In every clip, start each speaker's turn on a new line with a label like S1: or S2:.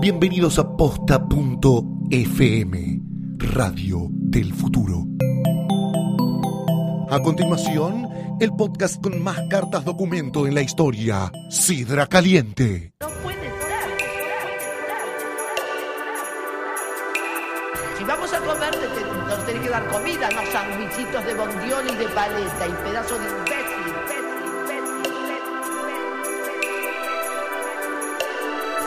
S1: Bienvenidos a posta.fm, Radio del Futuro. A continuación, el podcast con más cartas documento en la historia, Sidra Caliente.
S2: No puede ser. Si vamos a comer, te- te- nos tenés que dar comida, no sandwichitos de bondiol y de paleta y pedazo de imbécil.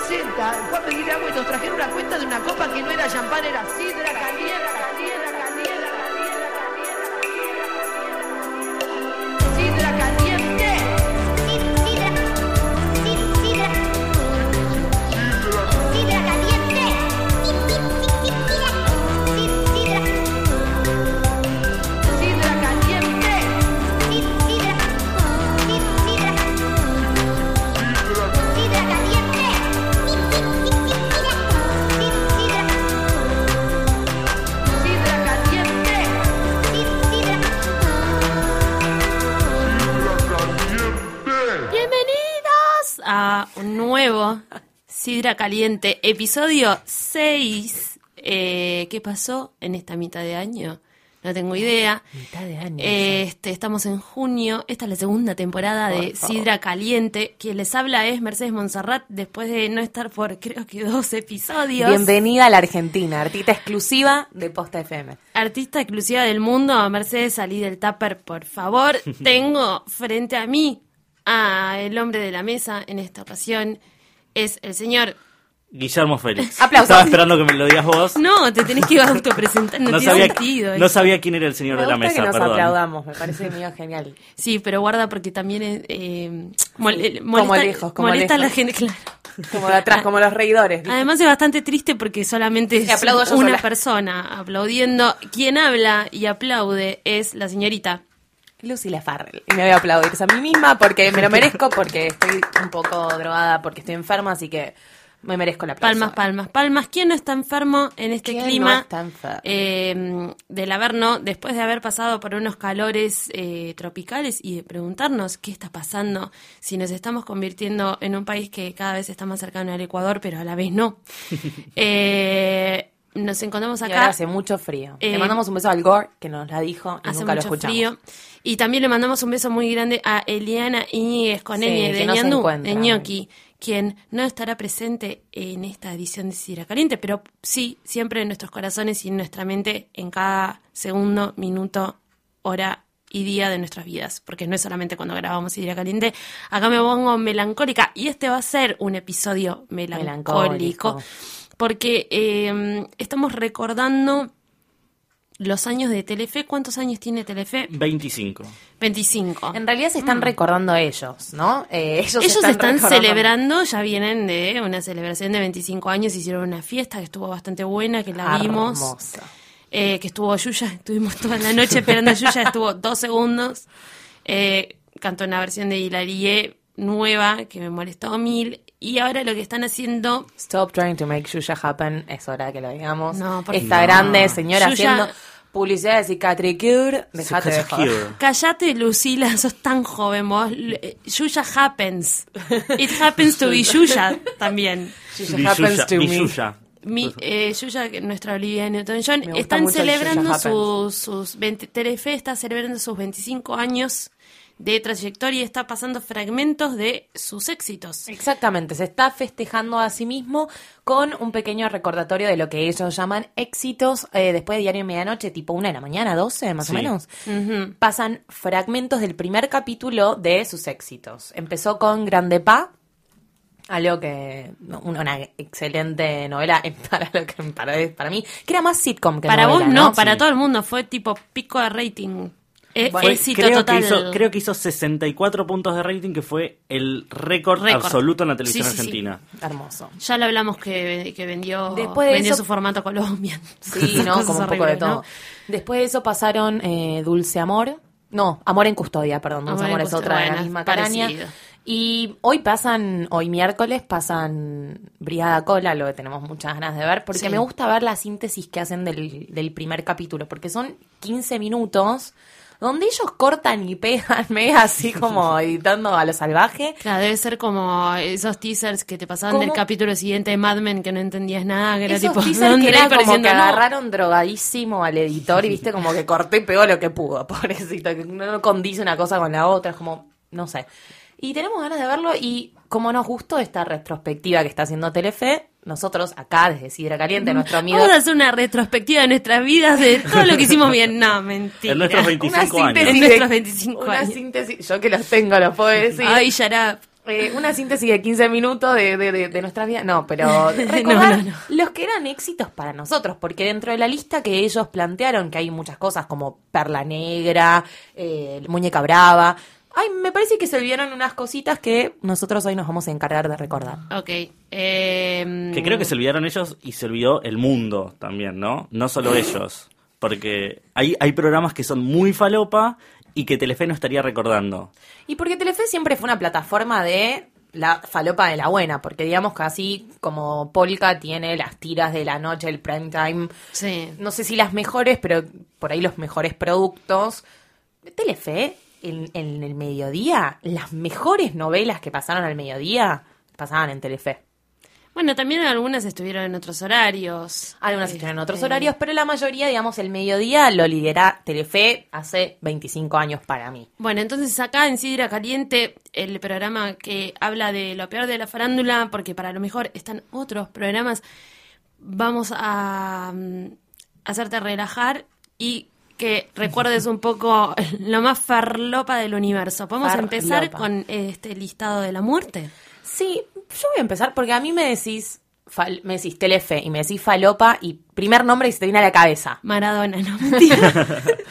S2: Senta, fue a pedir agua y nos trajeron una cuenta de una copa que no era champán, era sidra caliente, caliente, caliente, caliente, caliente, caliente. Sidra caliente. Sidra caliente, sidra caliente,
S3: Bienvenidos a un nuevo Sidra Caliente, episodio 6. Eh, ¿Qué pasó en esta mitad de año? No tengo idea.
S4: Mitad de año.
S3: Este, estamos en junio. Esta es la segunda temporada de Sidra Caliente. Quien les habla es Mercedes Monserrat después de no estar por creo que dos episodios.
S4: Bienvenida a la Argentina, artista exclusiva de Posta FM.
S3: Artista exclusiva del mundo, Mercedes, salí del tupper, por favor. Tengo frente a mí a el hombre de la mesa en esta ocasión. Es el señor.
S5: Guillermo Félix.
S4: Aplausos.
S5: Estaba esperando que me lo digas vos.
S3: No, te tenés que autopresentar. No,
S5: No
S3: tiene
S5: sabía,
S3: sentido.
S5: no sabía quién era el señor
S4: Me
S5: de la
S4: gusta
S5: mesa,
S4: que nos
S5: perdón.
S4: aplaudamos, me parece mío genial.
S3: Sí, pero guarda porque también es, eh, mol- eh, molesta,
S4: lejos, como
S3: molesta a la
S4: lejos.
S3: gente, claro.
S4: Como de atrás, como los reidores. ¿viste?
S3: Además es bastante triste porque solamente es
S4: Y aplaudo yo
S3: una
S4: sola.
S3: persona aplaudiendo. Quien habla y aplaude es la señorita.
S4: Lucila Farrell. Y me voy a aplaudir a mí misma porque me lo merezco, porque estoy un poco drogada, porque estoy enferma, así que me merezco la aplauso.
S3: Palmas, palmas, palmas. ¿Quién no está enfermo en este
S4: ¿Quién
S3: clima
S4: no está enfermo?
S3: eh, del Averno después de haber pasado por unos calores eh, tropicales y de preguntarnos qué está pasando si nos estamos convirtiendo en un país que cada vez está más cercano al Ecuador, pero a la vez no? Eh, nos encontramos
S4: Y ahora
S3: acá.
S4: hace mucho frío.
S3: Eh,
S4: le mandamos un beso al Gore, que nos la dijo y
S3: hace
S4: nunca lo
S3: mucho
S4: escuchamos.
S3: frío. Y también le mandamos un beso muy grande a Eliana Iñiguez con
S4: Sí,
S3: Ñ
S4: que
S3: de
S4: no se
S3: Ñandú,
S4: encuentra.
S3: de Ñoqui, quien no estará presente en esta edición de Sidra Caliente, pero sí, siempre en nuestros corazones y en nuestra mente en cada segundo, minuto, hora y día de nuestras vidas, porque no es solamente cuando grabamos Sidra Caliente. Acá me pongo melancólica y este va a ser un episodio melancólico,
S4: Melancólico.
S3: porque eh, estamos recordando los años de Telefe. ¿Cuántos años tiene Telefe?
S5: 25.
S3: 25.
S4: En realidad se están recordando ellos, ¿no? Eh, Mm. ellos
S3: Ellos están,
S4: recordando-
S3: celebrando, ya vienen de una celebración de 25 años, hicieron una fiesta que estuvo bastante buena, que la vimos,
S4: Hermosa.
S3: eh, que estuvo Yuya, estuvimos toda la noche esperando a Yuya, estuvo dos segundos, eh, cantó una versión de Hilarie nueva que me molestó mil, y ahora lo que están haciendo
S4: Stop trying to make Yuya happen. Es hora que lo digamos.
S3: No, por
S4: Esta
S3: favor.
S4: grande señora
S3: Yuya-
S4: haciendo publicidad de cicatricure. Dejate de joder.
S5: Secure.
S3: Callate, Lucila, sos tan joven vos. L- eh, Yuya happens. It happens to be Yuya también.
S4: Yuya happens
S5: Bisuya-
S4: to me.
S5: Bisuya.
S3: Mi, eh, Yuya, que- nuestra Olivia Newton-John,
S4: gusta
S3: están
S4: mucho el
S3: celebrando
S4: Yuya
S3: sus, sus 20 Telefe está celebrando sus 25 años de trayectoria y está pasando fragmentos de sus éxitos.
S4: Exactamente, se está festejando a sí mismo con un pequeño recordatorio de lo que ellos llaman éxitos eh, después de diario de medianoche, tipo una de la mañana, 12 más
S5: Sí.
S4: o menos. Pasan fragmentos del primer capítulo de sus éxitos. Empezó con Grande Pa, algo que no, una, una excelente novela eh, para lo que para, para mí, que era más sitcom que
S3: para
S4: novela,
S3: vos no,
S4: ¿no?
S3: para todo el mundo fue tipo pico de rating. Eh,
S4: Bueno,
S3: éxito
S5: Creo que,
S3: total.
S5: hizo, creo que hizo 64 puntos de rating, que fue el récord
S3: Récord.
S5: absoluto en la televisión
S3: Sí, sí, sí.
S5: argentina.
S4: Hermoso.
S3: Ya lo hablamos que, que vendió,
S4: Después de
S3: vendió
S4: eso-
S3: su formato Colombian.
S4: Sí,
S3: Esas
S4: ¿no?
S3: cosas
S4: Como un poco de
S3: horribles, ¿no?
S4: todo. Después de eso pasaron eh, Dulce Amor. No, Amor en Custodia, perdón. Dulce
S3: Amor en
S4: Amor, es
S3: Custodia,
S4: otra de la
S3: bueno,
S4: misma
S3: parecido.
S4: caraña. Y hoy pasan, hoy miércoles, pasan Brigada Cola, lo que tenemos muchas ganas de ver, porque
S3: Sí.
S4: me gusta ver la síntesis que hacen del, del primer capítulo, porque son 15 minutos donde ellos cortan y pegan, mega así como editando a lo salvaje.
S3: Claro, debe ser como esos teasers que te pasaban
S4: ¿Cómo?
S3: del capítulo siguiente de Mad Men que no entendías nada, que era
S4: Esos
S3: tipo
S4: teasers que
S3: Andrei
S4: era como
S3: pareciendo,
S4: que
S3: "No".
S4: agarraron drogadísimo al editor y viste como que cortó y pegó lo que pudo, pobrecito, que no no condice una cosa con la otra, es como, no sé. Y tenemos ganas de verlo y como nos gustó esta retrospectiva que está haciendo Telefe, nosotros acá desde Sidra Caliente, nuestro amigo...
S3: Vamos a hacer una retrospectiva de nuestras vidas, de todo lo que hicimos bien. No, mentira.
S5: En nuestros 25
S4: síntesis
S5: años.
S3: En
S4: de-
S3: nuestros 25
S4: una
S3: años.
S4: síntesis, yo que los tengo, los puedo decir.
S3: Ay, shut up.
S4: Eh, una síntesis de 15 minutos de, de, de- de nuestras vidas. No, pero recordar
S3: no, no.
S4: los que eran éxitos para nosotros, porque dentro de la lista que ellos plantearon, que hay muchas cosas como Perla Negra, eh, Muñeca Brava, ay, me parece que se olvidaron unas cositas que nosotros hoy nos vamos a encargar de recordar.
S3: Ok.
S4: Mm.
S3: eh,
S5: Que creo que se olvidaron ellos y se olvidó el mundo también, ¿no? No solo ellos. Porque hay, hay programas que son muy falopa y que Telefe no estaría recordando.
S4: Y porque Telefe siempre fue una plataforma de la falopa de la buena, porque digamos que así como Polka tiene las tiras de la noche, el prime time,
S3: Sí.
S4: no sé si las mejores, pero por ahí los mejores productos. Telefe, en, en el mediodía, las mejores novelas que pasaron al mediodía, pasaban en Telefe.
S3: Bueno, también algunas estuvieron en otros horarios.
S4: Algunas estuvieron en otros
S3: Este,
S4: horarios, pero la mayoría, digamos, el mediodía lo lidera Telefe hace 25 años para mí.
S3: Bueno, entonces acá en Sidra Caliente, el programa que habla de lo peor de la farándula, porque para lo mejor están otros programas, vamos a mm, hacerte relajar y que recuerdes un poco lo más farlopa del universo. ¿Podemos
S4: Farlopa.
S3: empezar con este listado de la muerte?
S4: Sí, yo voy a empezar porque a mí me decís, fal- me decís Telefe y me decís Falopa y primer nombre que se te viene a la cabeza.
S3: Maradona, no mentira.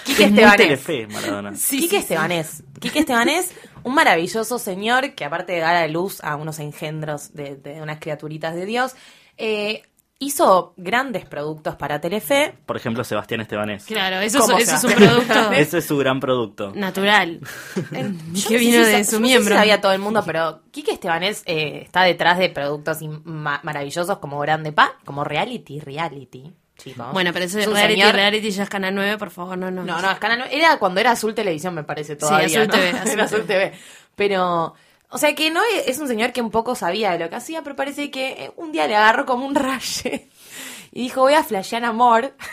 S4: Quique
S5: es muy
S4: Estebanés.
S5: Telefe, Maradona.
S3: Sí,
S4: Quique
S3: sí,
S4: Estebanés. Quique Estebanés, un maravilloso señor que aparte de dar a luz a unos engendros de, de unas criaturitas de Dios, eh, hizo grandes productos para Telefe.
S5: Por ejemplo, Sebastián Estebanés.
S3: Claro, eso,
S4: ¿Cómo
S3: es- eso
S4: se
S3: es un
S4: hace?
S3: producto
S5: Ese es su gran producto.
S3: natural.
S4: Yo
S3: que
S4: no sé
S3: vino
S4: si
S3: de su
S4: sa- yo no sé si
S3: miembro.
S4: sabía todo el mundo, pero Quique Estebanés eh, está detrás de productos in- ma- maravillosos como Grande Pa, como Reality, Reality, chicos.
S3: Bueno, pero eso de
S4: Es un
S3: reality,
S4: señor-
S3: reality ya es Canal 9, por favor, no, no.
S4: No, no, es Canal nueve. Era cuando era Azul Televisión, me parece todavía.
S3: Azul
S4: ¿no?
S3: TV,
S4: Era
S3: Azul
S4: Azul TV. Pero, o sea que no es, es un señor que un poco sabía de lo que hacía, pero parece que eh, un día le agarró como un raye y dijo, voy a flashear amor.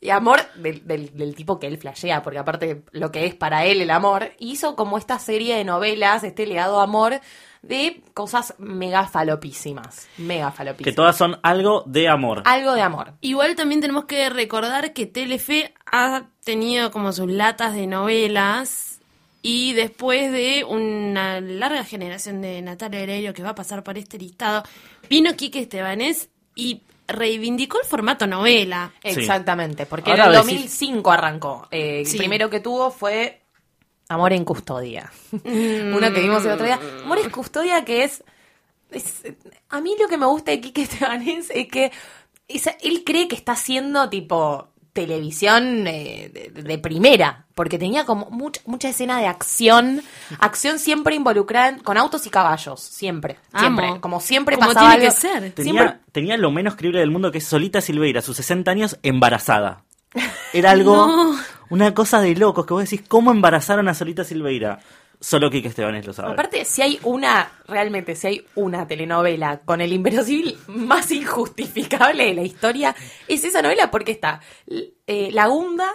S4: Y amor del, del- del tipo que él flashea, porque aparte lo que es para él el amor, hizo como esta serie de novelas, este legado amor, de cosas mega falopísimas. Mega falopísimas.
S5: Que todas son algo de amor.
S4: Algo de amor.
S3: Igual también tenemos que recordar que Telefe ha tenido como sus latas de novelas y después de una larga generación de Natalia Oreiro que va a pasar por este listado, vino Quique Estebanés y reivindicó el formato novela.
S5: Sí.
S4: Exactamente, porque
S5: Ahora
S4: en el
S5: decís-
S4: 2005 arrancó. Eh, el
S3: Sí.
S4: primero que tuvo fue Amor en Custodia. Una que vimos el otro día.
S3: Mm.
S4: Amor en Custodia que es, es- A mí lo que me gusta de Quique Estebanés es que es- él cree que está haciendo tipo televisión eh, de, de primera, porque tenía como mucha, mucha escena de acción, acción siempre involucrada en- con autos y caballos, siempre,
S3: Amo.
S4: siempre, como siempre
S3: Como
S4: pasaba
S3: tiene
S4: algo.
S3: que ser.
S5: Tenía,
S4: Siempre-
S5: tenía lo menos creíble del mundo que es Solita Silveira, a sus 60 años, embarazada. Era algo,
S3: No.
S5: una cosa de locos, que vos decís, ¿cómo embarazaron a Solita Silveira? Solo Quique Estebanés lo sabe.
S4: Aparte, si hay una, realmente, si hay una telenovela con el inverosímil más injustificable de la historia, es esa novela porque está eh, la Gunda.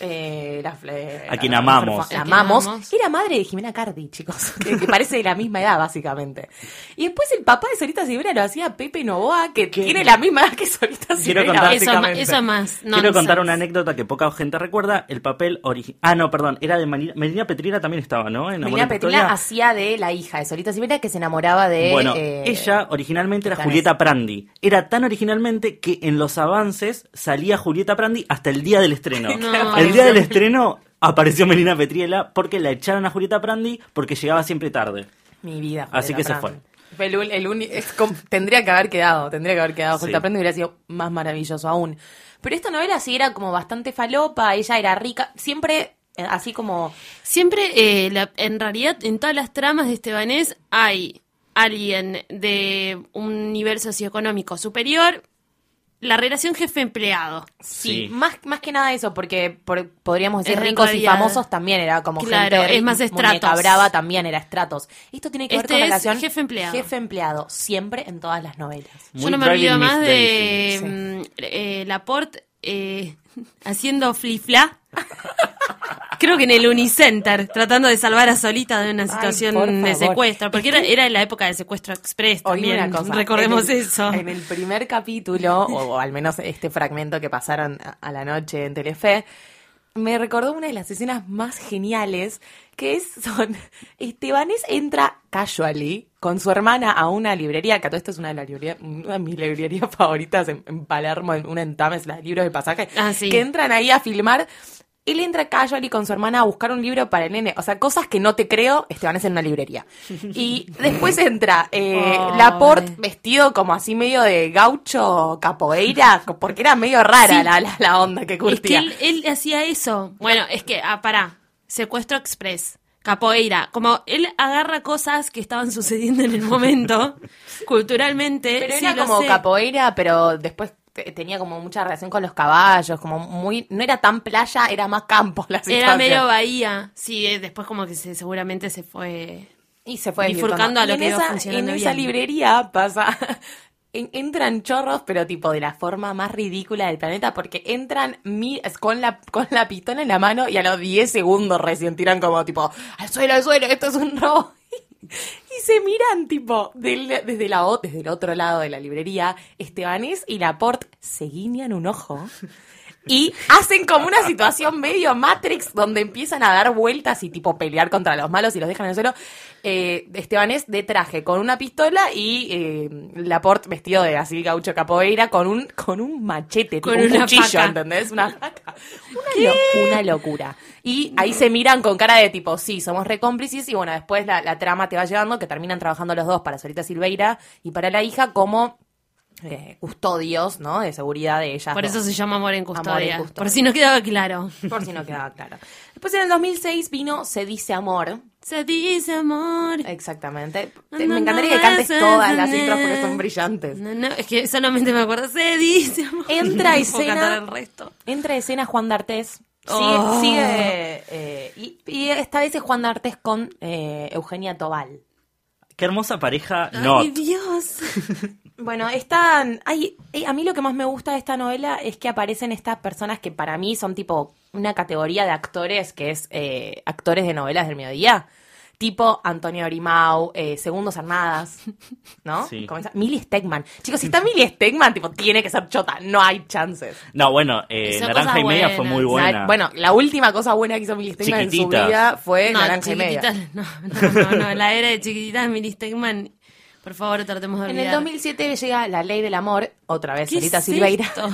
S4: eh, la, eh,
S5: A quien
S4: la-
S5: amamos.
S4: La
S3: A quien
S4: amamos.
S3: amamos.
S4: Era madre de Jimena Cardi, chicos. Que, que parece de la misma edad, básicamente. Y después el papá de Solita Silvera lo hacía Pepe Novoa, que tiene la misma edad que Solita Silvera.
S3: Eso,
S5: contar-
S3: es ma-
S5: Básicamente.
S3: eso es más.
S5: Quiero
S3: nonsense.
S5: contar una anécdota que poca gente recuerda. El papel original. Ah, no, perdón. Era de Marina, Melina Petrina también estaba, ¿no? En Amor
S4: Melina
S5: en Custodia.
S4: Petrina hacía de la hija de Solita Silvera que se enamoraba de.
S5: Bueno,
S4: eh,
S5: ella originalmente era
S4: Stanés.
S5: Julieta Prandi. Era tan originalmente que en los avances salía Julieta Prandi hasta el día del estreno.
S3: No.
S5: El día del estreno apareció Melina Petriela porque la echaron a Julieta Prandi porque llegaba siempre tarde.
S4: Mi vida.
S5: Así
S4: Julieta
S5: que se
S4: Prandi. Fue el un- el uni- es com- tendría que haber quedado, tendría que haber quedado. Julieta
S5: Sí.
S4: Prandi hubiera sido más maravilloso aún. Pero esta novela sí era como bastante falopa, ella era rica, siempre eh, así como...
S3: Siempre, eh, la- en realidad, en todas las tramas de Estebanés hay alguien de un nivel socioeconómico superior, la relación jefe-empleado.
S4: Sí,
S5: Sí.
S4: Más, más que nada eso, porque por- podríamos decir
S3: Es
S4: ricos y
S3: rentabilidad.
S4: famosos también era como
S3: Claro,
S4: gente
S3: es más
S4: muñeca
S3: estratos.
S4: brava también era estratos. Esto tiene que
S3: Este
S4: ver con
S3: es
S4: la relación
S3: jefe empleado.
S4: jefe empleado, siempre en todas las novelas.
S5: Muy
S3: Yo no me
S5: Driving
S3: olvido
S5: Miss
S3: más de
S5: Daisy.
S3: mm, eh, Laporte eh, haciendo flifla. Creo que en el Unicenter, tratando de salvar a Solita de una situación
S4: por
S3: de
S4: favor.
S3: secuestro, porque era, era la época del secuestro express
S4: Oíme
S3: también,
S4: una cosa,
S3: recordemos
S4: en el-
S3: eso.
S4: En el primer capítulo, o, o al menos este fragmento que pasaron a, a la noche en Telefe, me recordó una de las escenas más geniales, que es, son, Estebanés entra casually con su hermana a una librería, que a todo esto es una de, las librerías- una de mis librerías favoritas en, en Palermo, en una entames, la de libros de pasaje,
S3: Ah, sí.
S4: que entran ahí a filmar. Él entra casually con su hermana a buscar un libro para el nene. O sea, cosas que no te creo, Estebanés en una librería. Y después entra eh,
S3: Pobre.
S4: Laporte vestido como así medio de gaucho capoeira, co- porque era medio rara
S3: Sí.
S4: la, la, la onda que
S3: Es que
S4: curtía.
S3: él, eh, él hacía eso. Bueno, es que, ah, pará, secuestro express, capoeira, como él agarra cosas que estaban sucediendo en el momento, culturalmente.
S4: Pero
S3: sí,
S4: era
S3: lo
S4: como
S3: sé.
S4: capoeira, pero después te- tenía como mucha relación con los caballos, como muy, no era tan playa, era más campo la situación.
S3: Era medio Bahía. Sí, eh, después como que se, seguramente se fue.
S4: Y se fue
S3: bifurcando a lo
S4: Y en
S3: que iba
S4: esa-
S3: funcionando
S4: En esa
S3: bien.
S4: librería pasa. en- Entran chorros, pero tipo de la forma más ridícula del planeta, porque entran mi- con, la, con la pistola en la mano y a los 10 segundos recién tiran como tipo, al suelo, al suelo, esto es un robo. Y se miran, tipo, del- desde, la, o- desde el otro lado de la librería, Estebanés y Laporte se guiñan un ojo y hacen como una situación medio Matrix donde empiezan a dar vueltas y, tipo, pelear contra los malos y los dejan en el suelo. Eh, Estebanés de traje con una pistola y eh, Laporte vestido de así gaucho capoeira con un, con un machete, tipo,
S3: Con
S4: un
S3: una
S4: cuchillo,
S3: faca.
S4: ¿entendés? Una faca. Una, lo- una locura. Y ahí se miran con cara de tipo, sí, somos recómplices. Y bueno, después la, la trama te va llevando que terminan trabajando los dos para Solita Silveira y para la hija como eh, custodios, ¿no? De seguridad de ellas.
S3: Por eso
S4: dos.
S3: se llama Amor en Custodia.
S4: Amor en Custodia.
S3: Por si no quedaba claro.
S4: Por si no quedaba claro. Después en el 2006 vino Se dice amor.
S3: Se dice amor.
S4: Exactamente. Te- Me encantaría que cantes todas las intros porque son brillantes.
S3: No, no, es que solamente me acuerdo. Se dice amor.
S4: Entra
S3: No
S4: escena.
S3: Puedo cantar el resto.
S4: Entra escena Juan D'Artés. Sigue,
S3: Oh.
S4: sigue, eh, y, y esta vez es Juan D'Artés con eh, Eugenia Tobal.
S5: Qué hermosa pareja, no.
S3: Ay, Dios.
S4: Bueno, están. Ay, eh, a mí lo que más me gusta de esta novela es que aparecen estas personas que para mí son tipo una categoría de actores que es eh, actores de novelas del mediodía. Tipo Antonio Orimau, eh, Segundos Armadas, ¿no?
S5: Sí.
S4: Como esa- Millie Stegman. Chicos, si está Millie Stegman, tipo, tiene que ser chota, no hay chances.
S5: No, bueno, eh,
S3: Hizo
S5: Naranja
S3: cosas
S5: y Media fue
S3: buenas.
S5: muy buena.
S4: Bueno, la última cosa buena que hizo Millie Stegman en
S5: Chiquititas.
S4: su vida fue Naranja y Media.
S3: chiquititas, No, no, no, no, La era de chiquititas, Milly Stegman. Por favor, tratemos de
S4: En
S3: olvidar.
S4: el 2007 llega La Ley del Amor, otra vez
S3: ¿Qué
S4: Solita
S3: es
S4: Silveira.
S3: esto?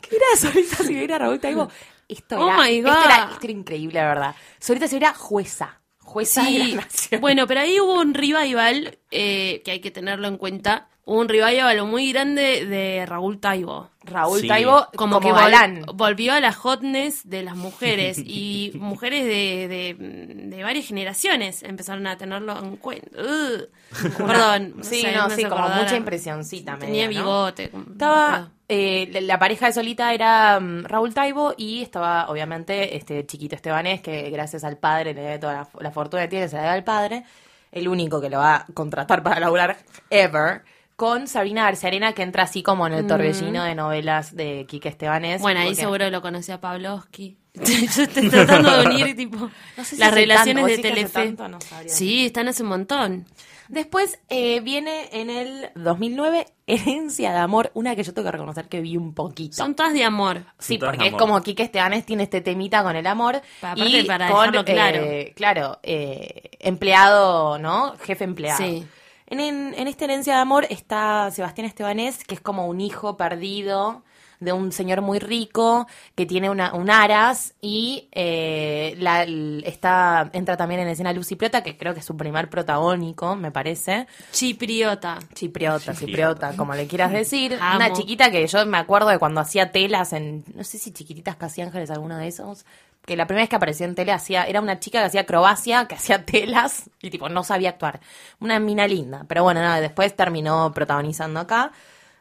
S4: ¿Qué era Solita Silveira, Raúl Taibo? Esto
S3: Oh
S4: era,
S3: my
S4: esto
S3: God.
S4: era, esto era increíble, la verdad. Solita Silveira, jueza. Jueza de
S3: Sí,
S4: la nación.
S3: bueno, pero ahí hubo un revival eh, que hay que tenerlo en cuenta. Hubo un revival muy grande de Raúl Taibo.
S4: Raúl
S5: Sí.
S4: Taibo,
S3: Como,
S4: como,
S3: que vol-
S4: galán.
S3: volvió a la hotness de las mujeres y mujeres de, de- de varias generaciones empezaron a tenerlo en cuenta. Ugh. Perdón.
S4: Sí,
S3: sé,
S4: no,
S3: me hace
S4: sí, como
S3: acordar.
S4: mucha impresioncita.
S3: Tenía
S4: medio, ¿no?
S3: bigote. como- Ah.
S4: Estaba, eh, la- la pareja de Solita era mm, Raúl Taibo y estaba, obviamente, este chiquito Estebanés, que gracias al padre le debe toda la, la fortuna que tiene, se la debe al padre, el único que lo va a contratar para laburar ever, con Sabrina Arena que entra así como en el torbellino de novelas de Quique Estebanés.
S3: Mm. Bueno, ahí
S4: porque-
S3: seguro lo conocí a Pavlovsky. Yo estoy tratando de unir tipo
S4: No sé si
S3: las
S4: hace
S3: relaciones
S4: tanto,
S3: de
S4: sí que hace
S3: Telefe.
S4: tanto, no sabría.
S3: sí, están hace un montón.
S4: Después eh, viene en el 2009 Herencia de Amor, una que yo tengo que reconocer que vi un poquito.
S3: Son todas de amor.
S4: Sí,
S5: Sin todas
S4: porque es
S5: amor.
S4: como Quique Estebanes tiene este temita con el amor.
S3: Pa- aparte,
S4: y
S3: para
S4: con,
S3: dejarlo claro.
S4: eh, claro, eh, empleado, ¿no? Jefe empleado.
S3: Sí.
S4: En, en, en esta herencia de amor está Sebastián Estebanés, que es como un hijo perdido de un señor muy rico que tiene una, un aras y eh, la- l- está entra también en escena Lucy Prota, que creo que es su primer protagónico, me parece.
S3: Chipriota.
S4: Chipriota,
S5: Chipriota.
S4: cipriota, como le quieras decir.
S3: Amo.
S4: Una chiquita que yo me acuerdo de cuando hacía telas en, no sé si chiquititas casi ángeles, alguno de esos. Que la primera vez que apareció en tele hacía, era una chica que hacía acrobacia, que hacía telas y tipo no sabía actuar. Una mina linda. Pero bueno, nada, después terminó protagonizando acá.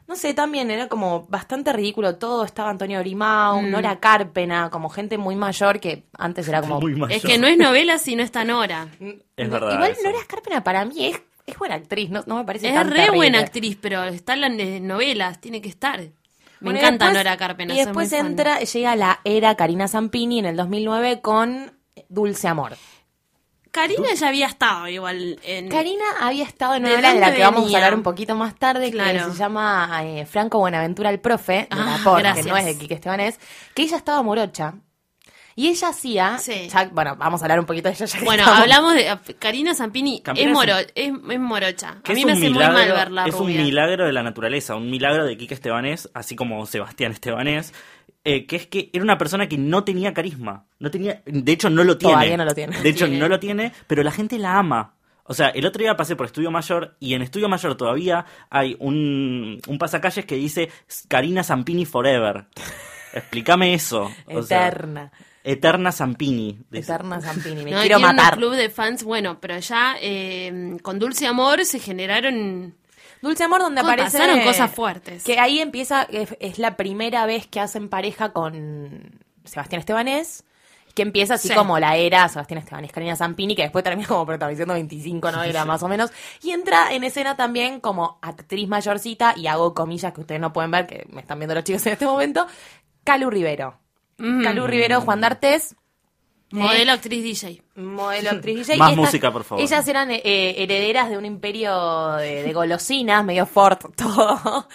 S4: No sé, también era como bastante ridículo todo. Estaba Antonio Grimau,
S3: Mm.
S4: Nora Carpena, como gente muy mayor que antes era como... "Mm,
S5: Muy mayor.
S3: Es que no es novela si no es tan hora.
S5: Es
S4: No,
S5: verdad.
S4: Igual
S5: eso.
S4: Nora Escarpena para mí es, es buena actriz, no, no me parece
S3: Es
S4: tan
S3: re
S4: terrible.
S3: buena actriz, pero está en las eh, novelas, tiene que estar. Me
S4: Bueno, y
S3: encanta
S4: después-
S3: Nora Carpena.
S4: Y
S3: soy
S4: después
S3: muy fan.
S4: entra, llega la era Karina Zampini en el 2009 con Dulce Amor.
S3: Karina ya había estado igual en...
S4: Karina había estado en
S3: ¿De
S4: una obra de la
S3: dónde
S4: que vamos a
S3: venía?
S4: hablar un poquito más tarde,
S3: Claro.
S4: que se llama eh, Franco Buenaventura el Profe, de
S3: Ah,
S4: la POR, que
S3: gracias.
S4: no es de Quique Estebanés, que ella estaba morocha. Y ella hacía,
S3: Sí.
S4: ya- bueno, vamos a hablar un poquito de ella ya que
S3: Bueno,
S4: estamos.
S3: hablamos de... Karina Zampini es,
S5: Campera
S3: moro, es,
S5: es
S3: es morocha.
S5: Que
S3: A
S5: es
S3: mí me
S5: un
S3: hace muy mal
S5: milagro-
S3: verla
S5: Es
S3: rubia.
S5: un milagro de la naturaleza, un milagro de Quique Estebanés, así como Sebastián Estebanés, eh, que es que era una persona que no tenía carisma. No tenía, de hecho, no lo tiene.
S4: Todavía no lo tiene.
S5: De hecho,
S3: Tiene.
S5: no lo tiene, pero la gente la ama. O sea, el otro día pasé por Estudio Mayor y en Estudio Mayor todavía hay un, un pasacalles que dice Karina Zampini Forever. Explícame eso. O sea,
S4: Eterna,
S5: eterna Zampini. dice.
S4: Eterna Zampini, me
S3: No,
S4: quiero
S3: tiene un
S4: matar.
S3: club de fans, bueno, pero ya eh, con Dulce Amor se generaron...
S4: Dulce Amor donde
S3: Cómo
S4: aparece...
S3: pasaron cosas fuertes.
S4: Que ahí empieza, es, es la primera vez que hacen pareja con Sebastián Estebanés, que empieza así
S3: Sí.
S4: como la era Sebastián Estebanés, Karina Zampini, que después termina como protagonizando 25 novelas más o menos, y entra en escena también como actriz mayorcita, y hago comillas que ustedes no pueden ver, que me están viendo los chicos en este momento, Calu Rivero.
S3: Mm.
S4: Calu Rivero, Juan D'Artes,
S3: Modelo, actriz, DJ.
S4: Modelo, actriz, DJ.
S5: Más
S4: Y
S5: música, por favor.
S4: Ellas eran eh, eh, herederas de un imperio de, de golosinas, medio Ford, todo.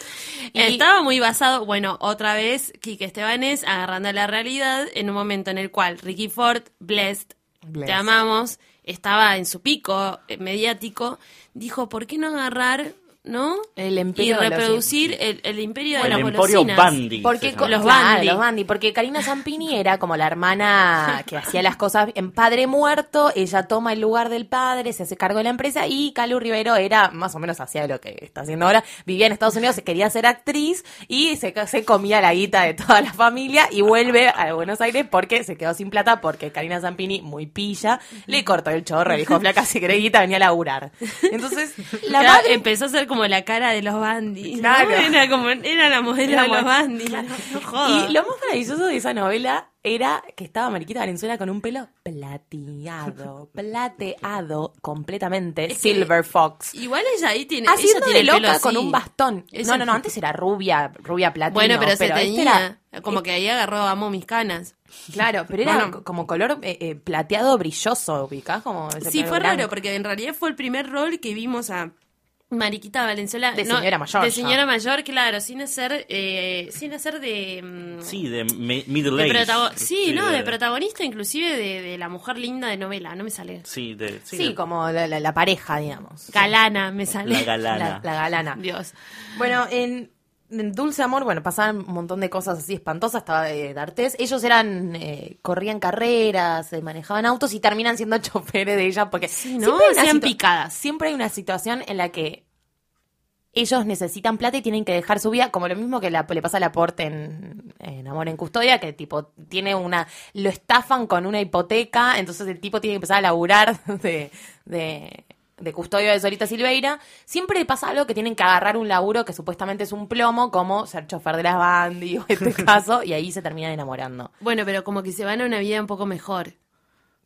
S4: Y
S3: Estaba muy basado, bueno, otra vez, Quique Estebanés agarrando la realidad en un momento en el cual Ricky Ford, Blessed, te
S4: Blessed.
S3: amamos, estaba en su pico eh, mediático, dijo, ¿por qué no agarrar, no?
S4: El
S3: y
S4: imperio de los-
S3: reproducir el, el imperio de
S5: El
S3: las
S5: Emporio
S3: golosinas.
S5: Bandi.
S4: Porque
S5: se
S4: co-
S5: llama.
S3: Los
S4: claro,
S3: Bandi.
S4: los Bandi, porque Karina Zampini era como la hermana que hacía las cosas en padre muerto, ella toma el lugar del padre, se hace cargo de la empresa y Calu Rivero era más o menos hacía lo que está haciendo ahora, vivía en Estados Unidos, quería ser actriz y se, se comía la guita de toda la familia y vuelve a Buenos Aires porque se quedó sin plata porque Karina Zampini, muy pilla, le cortó el chorro, le dijo, flaca, si querés guita, venía a laburar. Entonces, la
S3: Claro,
S4: madre...
S3: empezó a ser como la cara de los Bandi. ¿no?
S4: Claro.
S3: Era como, era la modelo
S4: Era
S3: de los
S4: lo-
S3: Bandi. No jodas.
S4: Y lo más maravilloso de esa novela era que estaba Mariquita Valenzuela con un pelo plateado, plateado completamente,
S3: Es que-
S4: Silver Fox.
S3: Igual ella ahí tiene, ella
S4: Haciendo
S3: tiene
S4: de
S3: el pelo
S4: loca
S3: así.
S4: con un bastón.
S3: Es
S4: No,
S3: el-
S4: no, no, antes era rubia, rubia platina.
S3: Bueno, pero, se
S4: este
S3: tenía,
S4: era-
S3: como que ahí agarró, amo mis canas.
S4: Claro, pero era
S3: Bueno.
S4: co- como color eh, eh, plateado brilloso, ubicás como ese
S3: Sí,
S4: pelo
S3: fue
S4: blanco.
S3: raro, porque en realidad fue el primer rol que vimos a Mariquita Valenzuela.
S4: De señora mayor,
S3: De
S4: ya.
S3: señora mayor, claro, sin hacer, eh, sin hacer de... mm,
S5: Sí, de me- middle
S3: de
S5: age.
S3: protago- sí, no, de,
S5: de-
S3: protagonista inclusive de, de la mujer linda de novela, no me sale.
S5: Sí, de, sí,
S4: Sí,
S5: de-
S4: como la, la- la pareja, digamos.
S3: Galana me sale.
S5: la galana.
S4: La, la galana.
S3: Dios.
S4: Bueno, en, en Dulce Amor, bueno, pasaban un montón de cosas así espantosas, estaba eh, D'Artés. Ellos eran, eh, corrían carreras, eh, manejaban autos y terminan siendo choferes de ella porque
S3: ¿no?
S4: siempre hay una
S3: Hacían
S4: situa-
S3: picadas.
S4: Siempre hay una situación en la que ellos necesitan plata y tienen que dejar su vida, como lo mismo que la- le pasa al aporte en, en Amor en Custodia, que tipo tiene una, lo estafan con una hipoteca, entonces el tipo tiene que empezar a laburar de, de, de custodio de Solita Silveira. Siempre le pasa algo que tienen que agarrar un laburo que supuestamente es un plomo, como ser chofer de las bandy o este caso, y ahí se terminan enamorando.
S3: Bueno, pero como que se van a una vida un poco mejor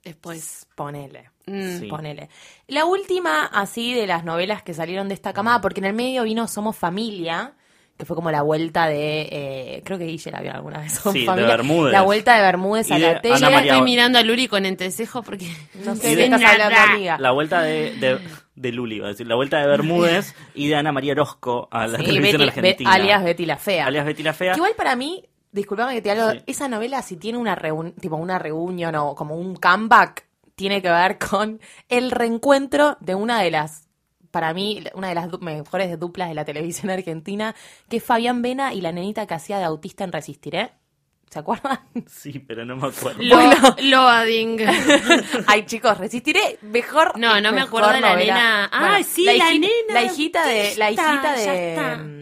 S3: después.
S4: Ponele.
S5: Sí.
S4: Ponele. La última, así, de las novelas que salieron de esta camada, porque en el medio vino Somos Familia, que fue como la vuelta de. eh, creo que Guille la vio alguna vez. Somos
S5: Sí, de
S4: Familia.
S5: Bermúdez.
S4: La vuelta de Bermúdez a
S5: Y de
S4: la tele.
S3: Yo
S5: Ana
S3: la
S5: María-
S3: estoy mirando a Luri con entrecejo porque
S4: No
S3: se
S4: sé
S3: ve
S4: de qué estás
S3: nada.
S4: hablando, amiga. Mm.
S5: La vuelta de, de, de Luli, iba a decir, la vuelta de Bermúdez y de Ana María Orozco a la
S4: Sí,
S5: televisión
S4: Betty- Be-
S5: argentina.
S4: alias Betty la Fea.
S5: Alias Betty la Fea.
S4: Que igual para mí, disculpame que te diga algo,
S5: Sí.
S4: esa novela si tiene una, reun- tipo una reunión o como un comeback, tiene que ver con el reencuentro de una de las, para mí, una de las du- mejores duplas de la televisión argentina, que es Fabián Vena y la nenita que hacía de autista en Resistiré. ¿Se acuerdan?
S5: Sí, pero no me acuerdo.
S3: Lo,
S4: Bueno.
S3: Loading.
S4: Ay, chicos, Resistiré mejor.
S3: No, no me
S4: mejor
S3: acuerdo de la
S4: novela.
S3: nena. Ay, sí, la
S4: hijita-
S3: nena
S4: La hijita de. La
S3: autista,
S4: hijita
S3: ya
S4: de.
S3: está.
S4: mm,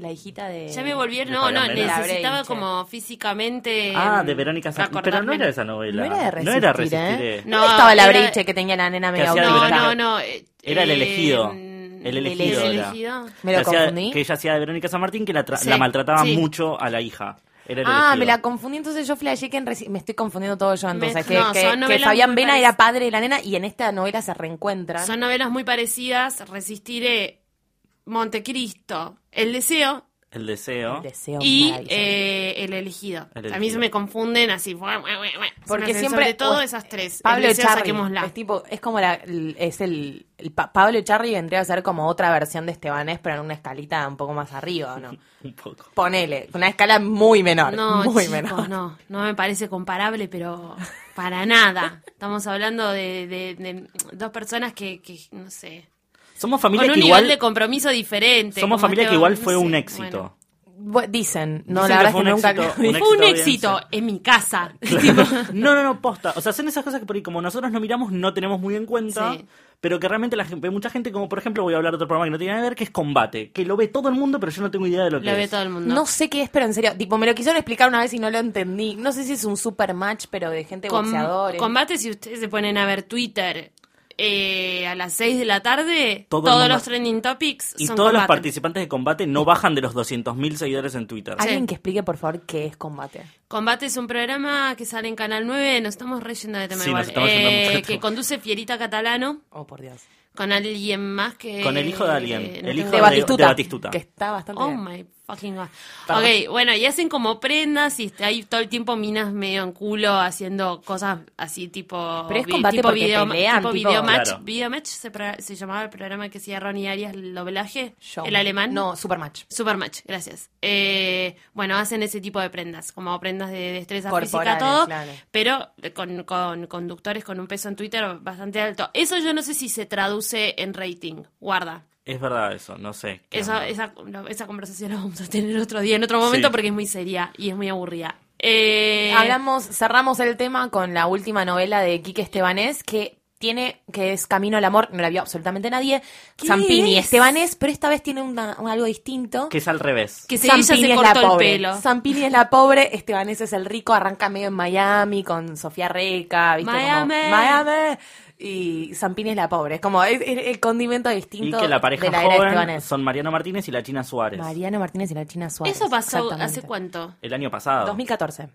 S4: La hijita de.
S3: Ya me volví,
S5: De
S3: no,
S5: Fabián
S3: no,
S5: Vela.
S3: necesitaba
S4: Labrenche.
S3: como físicamente.
S5: Ah,
S3: mm,
S5: de Verónica San... Pero no
S3: acordarme.
S5: era esa novela.
S4: No era de resistir,
S5: era
S4: ¿eh?
S5: Resistiré.
S4: No,
S3: No,
S4: estaba la
S3: era-
S4: briche que tenía la nena medio
S5: hacía de
S3: No,
S5: Verónica.
S3: no, no. eh,
S5: Era el
S3: eh,
S5: elegido. El elegido
S3: del
S5: era.
S3: elegido.
S4: Me lo
S5: Que hacía-
S4: confundí.
S5: que ella hacía de Verónica San Martín, que la, tra-
S3: Sí,
S5: la maltrataba
S3: sí.
S5: mucho a la hija. Era el
S4: Ah,
S5: elegido.
S4: me la confundí, entonces yo flasheé que en reci- me estoy confundiendo todo yo entonces.
S3: Me-
S4: que,
S3: no,
S4: que-
S3: son
S4: que
S3: novelas
S4: Fabián
S3: muy
S4: Vena
S3: parecidas.
S4: era padre de la nena y en esta novela se reencuentran.
S3: Son novelas muy parecidas. Resistiré, Montecristo, El Deseo
S5: El deseo.
S4: El deseo
S3: y
S4: maravilloso.
S3: eh, El Elegido.
S5: El
S3: A mí se
S5: Elegido.
S3: me confunden así. buah, buah, buah, buah. Se me
S4: Porque
S3: hacen
S4: siempre.
S3: Sobre todo
S4: o-
S3: esas tres.
S4: Pablo
S3: el
S4: Echarri. este,
S3: Deseo, saquémosla.
S4: Es tipo, es como la. el- Es el. el Pa- Pablo Echarri vendría a ser como otra versión de Estebanés, pero en una escalita un poco más arriba, ¿o ¿no?
S5: Un poco.
S4: Ponele, una escala muy menor.
S3: No,
S4: muy
S3: chicos,
S4: menor.
S3: no, no me parece comparable, pero para nada. Estamos hablando de, de- de dos personas que, que, no sé,
S5: Somos
S3: con
S5: familia
S3: un
S5: que
S3: nivel
S5: igual.
S3: de compromiso diferente.
S5: Somos
S3: como
S5: familia
S3: este-
S5: que igual
S3: no
S5: fue
S3: sé,
S5: un éxito.
S3: bueno.
S4: Bu- Dicen, no, la
S5: Dicen que
S4: verdad
S5: fue
S4: es que
S5: un
S4: nunca.
S5: éxito,
S4: lo vi.
S3: Fue un
S5: Éxito
S3: éxito
S5: audiencia.
S3: en mi casa.
S5: No, no, no, posta. O sea, son esas cosas que por ahí, como nosotros no miramos, no tenemos muy en cuenta.
S3: Sí.
S5: Pero que realmente la gente, mucha gente, como por ejemplo, voy a hablar de otro programa que no tiene nada que ver, que es Combate. Que lo ve todo el mundo, pero yo no tengo idea de lo que
S3: Lo ve
S5: es.
S3: todo el mundo.
S4: No sé qué es, pero en serio, tipo, me lo quisieron explicar una vez y no lo entendí. No sé si es un super match, pero de gente
S3: Com-
S4: boxeadores.
S3: combate si ustedes se ponen a ver Twitter eh, a las 6 de la tarde,
S5: Todo
S3: todos
S5: el mundo.
S3: los trending topics
S5: Y
S3: son
S5: todos los
S3: combate.
S5: participantes de Combate no bajan de los 200.000 seguidores en Twitter.
S4: Alguien
S3: Sí.
S4: que explique, por favor, qué es combate.
S3: Combate es un programa que sale en Canal 9, nos estamos reyendo de tema
S5: Sí,
S3: igual,
S5: nos estamos yendo
S3: eh,
S5: mucho de tema.
S3: que conduce Fierita Catalano
S4: Oh, por Dios.
S3: con alguien más que...
S5: Con el hijo de alguien,
S3: eh,
S5: el hijo
S4: De
S5: de-
S4: Batistuta.
S5: de Batistuta.
S4: Que está bastante
S3: Oh
S4: bien.
S3: my fucking god.
S4: Perdón.
S3: Ok, bueno, y hacen como prendas y hay todo el tiempo minas medio en culo haciendo cosas así tipo.
S4: Pero es
S3: vi-
S4: combate
S3: tipo
S4: porque
S3: video,
S4: pelean,
S3: tipo
S4: tipo-
S3: video match.
S5: Claro.
S3: Video match se, pro- se llamaba el programa que hacía Ronnie Arias el doblaje.
S4: Yo-
S3: El alemán.
S4: No, Supermatch.
S3: Supermatch, gracias. Eh, bueno, hacen ese tipo de prendas, como prendas de destreza física,
S4: Corporales,
S3: todo,
S4: claro.
S3: pero con, con conductores con un peso en Twitter bastante alto. Eso yo no sé si se traduce en rating, guarda.
S5: Es verdad eso, no sé. qué
S3: Eso-
S5: onda.
S3: esa, no, esa conversación la vamos a tener otro día, en otro momento,
S5: Sí.
S3: porque es muy seria y es muy aburrida. Eh,
S4: Hablamos, cerramos el tema con la última novela de Quique Estebanés, que tiene, que es Camino al Amor, no la vio absolutamente nadie.
S3: ¿Qué
S4: Zampini
S3: es?
S4: Estebanés, pero esta vez tiene una- un algo distinto.
S5: Que es al revés.
S3: que
S4: Zampini
S3: Sevilla se
S4: es la
S3: cortó el
S4: pobre.
S3: pelo.
S4: Zampini es la pobre, Estebanés es el rico, arranca medio en Miami con Sofía Reca, ¿viste? Como,
S3: Miami.
S4: Miami. Y Zampini es la pobre. Es como es- es el condimento
S5: Y
S4: distinto
S5: que la pareja
S4: de la era
S5: joven
S4: Estebanés.
S5: son Mariano Martínez y la China Suárez.
S4: Mariano Martínez y la China Suárez.
S3: Eso pasó hace
S4: exactamente.
S3: cuánto.
S5: El año pasado.
S4: 2014.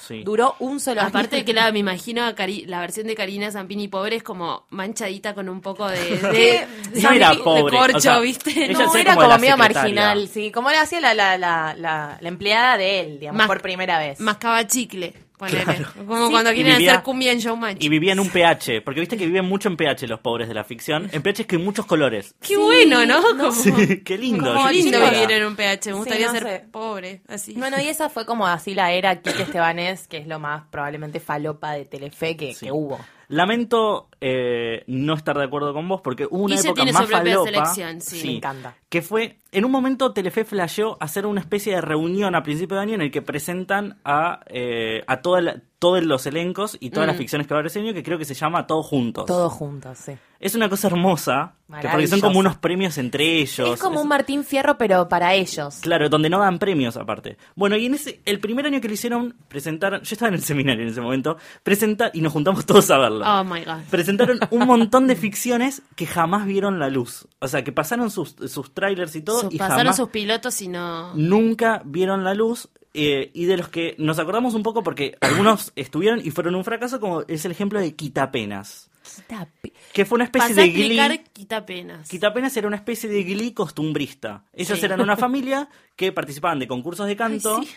S5: Sí.
S4: Duró un solo año.
S3: Aparte de que la, me imagino a Cari- la versión de Karina Zampini pobre es como manchadita con un poco de, de, de-
S5: No era
S3: de
S5: pobre,
S3: corcho,
S5: o sea,
S3: ¿viste?
S5: ella
S3: No,
S4: no,
S5: se-
S3: era-
S4: era
S5: como
S4: como,
S5: la
S4: medio
S5: secretaria.
S4: marginal, sí. Como le hacía la, la, la, la, la empleada de él, digamos,
S3: Mas-
S4: por primera vez.
S3: mascaba chicle, ponele.
S5: Claro.
S3: Como
S4: Sí.
S3: cuando
S5: Y
S3: quieren
S5: vivía-
S3: hacer cumbia en Showmatch.
S5: Y vivía en un PH, porque viste que viven mucho en PH los pobres de la ficción. En PH es que hay muchos colores.
S3: Qué bueno, ¿no? Como,
S5: Sí, qué lindo.
S3: como
S5: yo
S3: lindo
S5: quisiera.
S3: vivir en un PH. Me
S4: Sí,
S3: gustaría
S4: no
S3: ser
S4: sé.
S3: pobre, así.
S4: Bueno, y esa fue como así la era Kike Estebanés, que es lo más probablemente falopa de Telefe que,
S5: Sí.
S4: que hubo.
S5: Lamento eh, no estar de acuerdo con vos porque hubo una
S3: Guille
S5: época
S3: tiene
S5: más
S3: su propia
S5: falopa,
S3: selección, sí.
S4: Me encanta.
S5: Que fue, en un momento Telefe flasheó hacer una especie de reunión a principio de año en el que presentan a, eh, a toda la- todos los elencos y
S3: Mm.
S5: todas las ficciones que va a haber ese año, que creo que se llama Todos Juntos.
S4: Todos juntos, sí.
S5: Es una cosa hermosa, que porque son como
S4: Maravillosa.
S5: unos premios entre ellos.
S4: Es como
S5: es-
S4: un Martín Fierro, pero para ellos.
S5: Claro, donde no dan premios aparte. Bueno, y en ese, el primer año que lo hicieron, presentaron, yo estaba en el seminario en ese momento, presenta, y nos juntamos todos a verlo.
S3: Oh my god.
S5: Presentaron un montón de ficciones que jamás vieron la luz. O sea, que pasaron sus, sus trailers y todo,
S3: Sus-
S5: y
S3: pasaron
S5: jamás
S3: sus pilotos y no.
S5: nunca vieron la luz. eh, y de los que nos acordamos un poco porque algunos estuvieron y fueron un fracaso, como es el ejemplo de Quitapenas.
S4: Quita pe-
S5: Que fue una especie
S3: Pasá a
S5: de glee.
S3: explicar quita penas.
S5: Quitapenas era una especie de glee costumbrista. Ellos
S3: Sí.
S5: eran una familia que participaban de concursos de canto
S3: Ay, sí.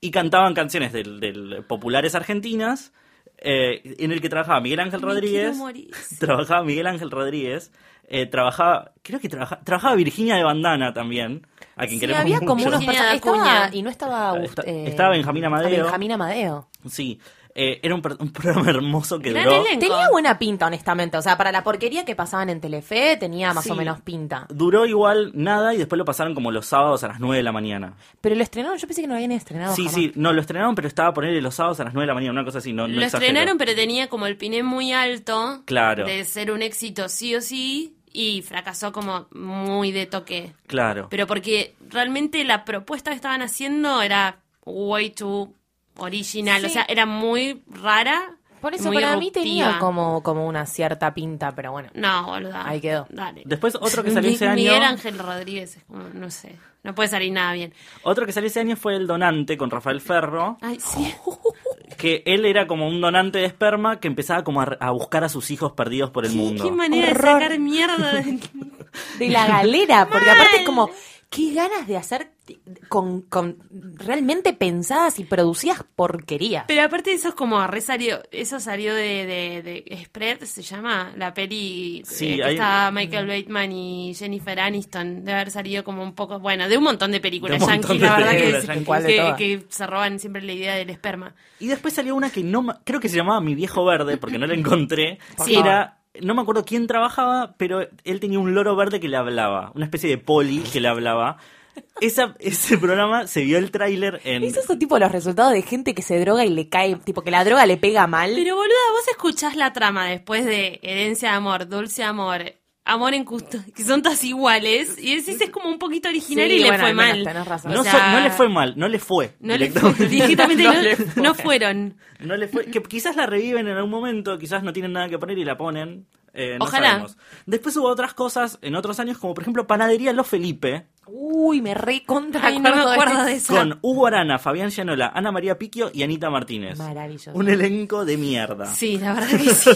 S5: y cantaban canciones del, del- populares argentinas, eh, en el que trabajaba Miguel Ángel
S3: Me
S5: Rodríguez.
S3: quiero morir.
S5: Trabajaba Miguel Ángel Rodríguez. eh, trabajaba, creo que trabaja- trabajaba Virginia de Bandana también, a quien
S4: Sí,
S5: queremos
S4: había como
S5: mucho.
S4: unos
S3: Virginia
S4: personajes.
S3: Acuña.
S4: Estaba, y no estaba.
S5: Está-
S4: Agust- eh,
S5: estaba Benjamín Amadeo.
S4: Benjamín Amadeo.
S5: Sí, eh, era un, per- un programa hermoso que
S3: Gran
S5: duró.
S3: elenco.
S4: Tenía buena pinta, honestamente. O sea, para la porquería que pasaban en Telefe, tenía más
S5: Sí.
S4: o menos pinta.
S5: Duró igual nada y después lo pasaron como los sábados a las 9 de la mañana.
S4: Pero lo estrenaron, yo pensé que no lo habían estrenado.
S5: Sí,
S4: jamás.
S5: sí, no, lo estrenaron, pero estaba a ponerle los sábados a las 9 de la mañana, una cosa así, no, no
S3: Lo
S5: exagero.
S3: estrenaron, pero tenía como el piné muy alto.
S5: Claro.
S3: De ser un éxito sí o sí. Y fracasó como muy de toque.
S5: Claro.
S3: Pero porque realmente la propuesta que estaban haciendo era way too original. O
S4: Sí.
S3: sea, era muy rara.
S4: Por eso
S3: muy
S4: para mí tenía
S3: eruptiva.
S4: como, como una cierta pinta, pero bueno.
S3: No, boluda.
S4: Ahí quedó.
S3: Dale.
S5: Después otro que salió
S3: Mi-
S5: ese año-
S3: Miguel Ángel Rodríguez es como, no sé. No puede salir nada bien.
S5: Otro que salió ese año fue El Donante con Rafael Ferro,
S3: Ay, sí.
S5: Oh, que él era como un donante de esperma que empezaba como a, re- a buscar a sus hijos perdidos por el mundo.
S3: Qué manera
S4: Horror.
S3: de sacar mierda. de-
S4: De la galera, porque aparte es
S3: Mal.
S4: como, qué ganas de hacer t- con, con realmente pensadas y producidas porquerías.
S3: Pero aparte eso es como re salió, eso salió de, de, de Spread, se llama, la peli
S5: Sí,
S3: eh, que
S5: hay- mm.
S3: está Michael Bateman y Jennifer Aniston, de haber salido como un poco, bueno, de un montón de películas
S5: De un
S3: yankees,
S5: montón
S3: la
S5: de
S3: verdad que,
S5: películas yanquis.
S4: ¿Cuál de
S3: que-
S4: todas?
S3: que se roban siempre la idea del esperma.
S5: Y después salió una que no ma- creo que se llamaba Mi viejo verde porque no la encontré.
S4: Por
S5: que
S4: favor.
S5: era no me acuerdo quién trabajaba, pero él tenía un loro verde que le hablaba, una especie de poli que le hablaba. Esa, ese programa se vio el tráiler en
S4: Es eso tipo los resultados de gente que se droga y le cae, tipo que la droga le pega mal.
S3: Pero boluda, vos escuchás la trama después de Herencia de Amor, Dulce Amor, Amor en Custo, que son todas iguales, y decís es como un poquito original
S4: Sí,
S3: y le
S4: bueno,
S3: fue
S4: al menos
S3: mal.
S4: tenés razón.
S5: no,
S3: O sea,
S5: so- no le fue mal, no le fue.
S3: no le fue-
S5: directamente.
S3: directamente
S5: No
S3: no-
S5: le fue.
S3: no fueron.
S5: No le fue. Que quizás la reviven en algún momento, quizás no tienen nada que poner y la ponen. eh, no
S3: Ojalá.
S5: sabemos. Después hubo otras cosas en otros años, como por ejemplo Panadería Los Felipe,
S4: Uy, me recontra
S3: Ay, no me acuerdo
S4: de
S3: de
S4: eso.
S3: eso.
S5: con Hugo Arana, Fabián Llanola, Ana María Piquio y Anita Martínez.
S4: Maravilloso.
S5: Un elenco de mierda.
S3: Sí, la verdad que sí.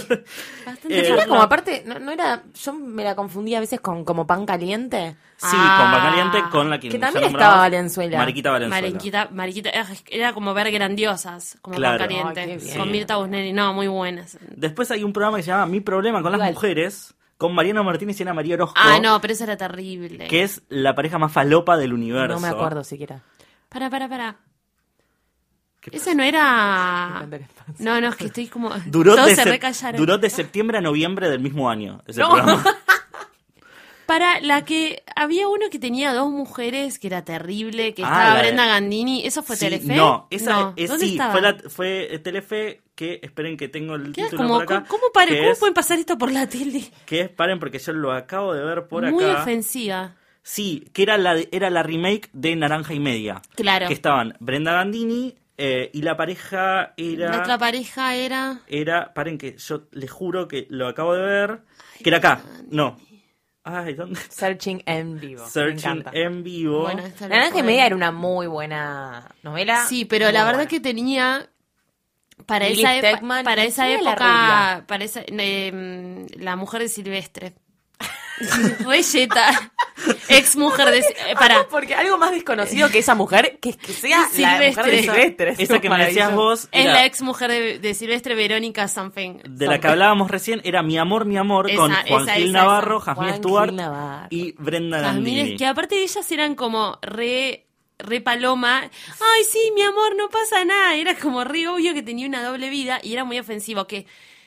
S3: Bastante
S5: Eh,
S4: Era
S3: charla.
S4: como aparte, no, no era, yo me la confundía a veces con como pan caliente.
S5: Sí,
S3: Ah.
S5: con Bacaliente, con la que,
S4: Que
S5: ya
S4: también
S5: nombrabas,
S4: estaba Valenzuela.
S5: Mariquita Valenzuela.
S3: Mariquita, Mariquita, eh, era como ver grandiosas, como
S5: Claro.
S3: pan
S4: Ay,
S3: caliente,
S4: qué bien.
S3: con Mirta Busneri, no, muy buenas.
S5: Después hay un programa que se llama Mi Problema con las
S4: Igual.
S5: Mujeres, con Mariano Martínez y Ana María Orozco.
S3: Ah, no, pero eso era terrible.
S5: Que es la pareja más falopa del universo.
S4: No me acuerdo siquiera.
S3: Para, para, para.
S5: ¿Qué
S3: Eso no era.
S4: encanta el espacio.
S3: No, no, es que estoy como.
S5: Duró
S3: Todos
S5: de,
S3: se
S5: sep-
S3: recallaron.
S5: duró de septiembre a noviembre del mismo año. Ese
S4: No.
S5: programa.
S3: Para la que había uno que tenía dos mujeres que era terrible, que
S5: Ah,
S3: estaba
S5: la de-
S3: Brenda Gandini, ¿eso fue
S5: Sí,
S3: Telefe?
S5: No, esa eh,
S3: ¿Dónde
S5: sí,
S3: estaba?
S5: fue, la, fue eh, Telefe que esperen que tengo el
S3: Queda
S5: título
S3: como,
S5: por acá.
S3: ¿cómo, para-
S5: que
S3: cómo
S5: es,
S3: pueden pasar esto por la tele?
S5: que es- paren porque yo lo acabo de ver por
S3: Muy
S5: acá.
S3: ofensiva.
S5: Sí, que era la de- era la remake de Naranja y media.
S3: Claro.
S5: Que estaban Brenda Gandini eh, y la pareja era
S3: La otra pareja era.
S5: era paren que yo les juro que lo acabo de ver que era acá. No. Ay, ¿dónde?
S4: Searching en vivo. me
S5: Searching
S4: encanta.
S5: en vivo.
S3: Bueno, esta la
S4: Naranja y
S3: pueden-
S4: Media era una muy buena novela.
S3: Sí, pero
S4: Muy
S3: la verdad
S4: buena.
S3: que tenía para
S4: Lily
S3: esa, epa-
S4: Tegman,
S3: para esa
S4: ¿quién era la
S3: época, para esa, eh, la mujer de Silvestre. Reyeta, ex mujer de Si- eh, para
S4: Porque algo más desconocido que esa mujer, que, que sea la mujer de
S3: Silvestre.
S4: Silvestre.
S5: Esa que me decías
S4: Maravilloso.
S5: vos
S3: es
S5: era-
S3: la ex mujer de, de Silvestre Verónica Sanfeng.
S5: de la que hablábamos recién era Mi amor, mi amor
S3: Esa,
S5: con
S3: esa,
S5: Juan Gil
S3: esa,
S5: Navarro,
S3: esa.
S5: Jasmine
S4: Juan
S5: Stewart
S4: Gil Navarro.
S5: y Brenda
S3: Las
S5: Gandini.
S3: minas que aparte de ellas eran como re re paloma, ay sí, mi amor, no pasa nada, era como re obvio que tenía una doble vida y era muy ofensivo que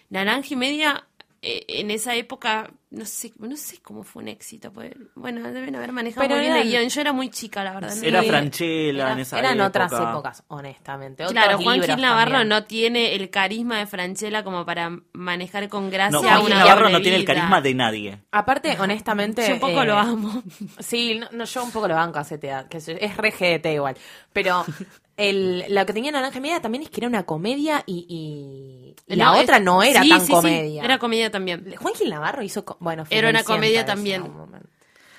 S3: Naranja y Media eh, en esa época no sé, no sé cómo fue un éxito, pues, bueno, deben haber manejado
S4: Pero
S3: muy bien el
S4: eran-
S3: guión, yo era muy chica, la verdad. no
S5: Era
S3: lo-
S5: Franchella en esa
S4: eran
S5: época.
S4: otras épocas, honestamente. Otros
S3: Claro, Juan
S4: libros
S3: Gil Navarro
S4: también.
S3: no tiene el carisma de Franchella como para manejar con gracia
S5: No, Juan Gil
S3: una
S5: Navarro
S3: doble
S5: no tiene el
S3: vida.
S5: carisma de nadie.
S4: Aparte, honestamente.
S3: Yo un poco
S4: eh,
S3: lo amo.
S4: Sí, no, no, yo un poco lo banco a CTA, que es, es re GDT igual. Pero el, lo que tenía Naranja y Media también es que era una comedia y, y- y la
S3: No, es-
S4: otra no era
S3: sí,
S4: tan
S3: sí, sí,
S4: comedia.
S3: era comedia también.
S4: Juan Gil Navarro hizo. co- Bueno, fue
S3: Era una
S4: Cenicienta
S3: comedia
S4: eso en
S3: también.
S4: algún momento.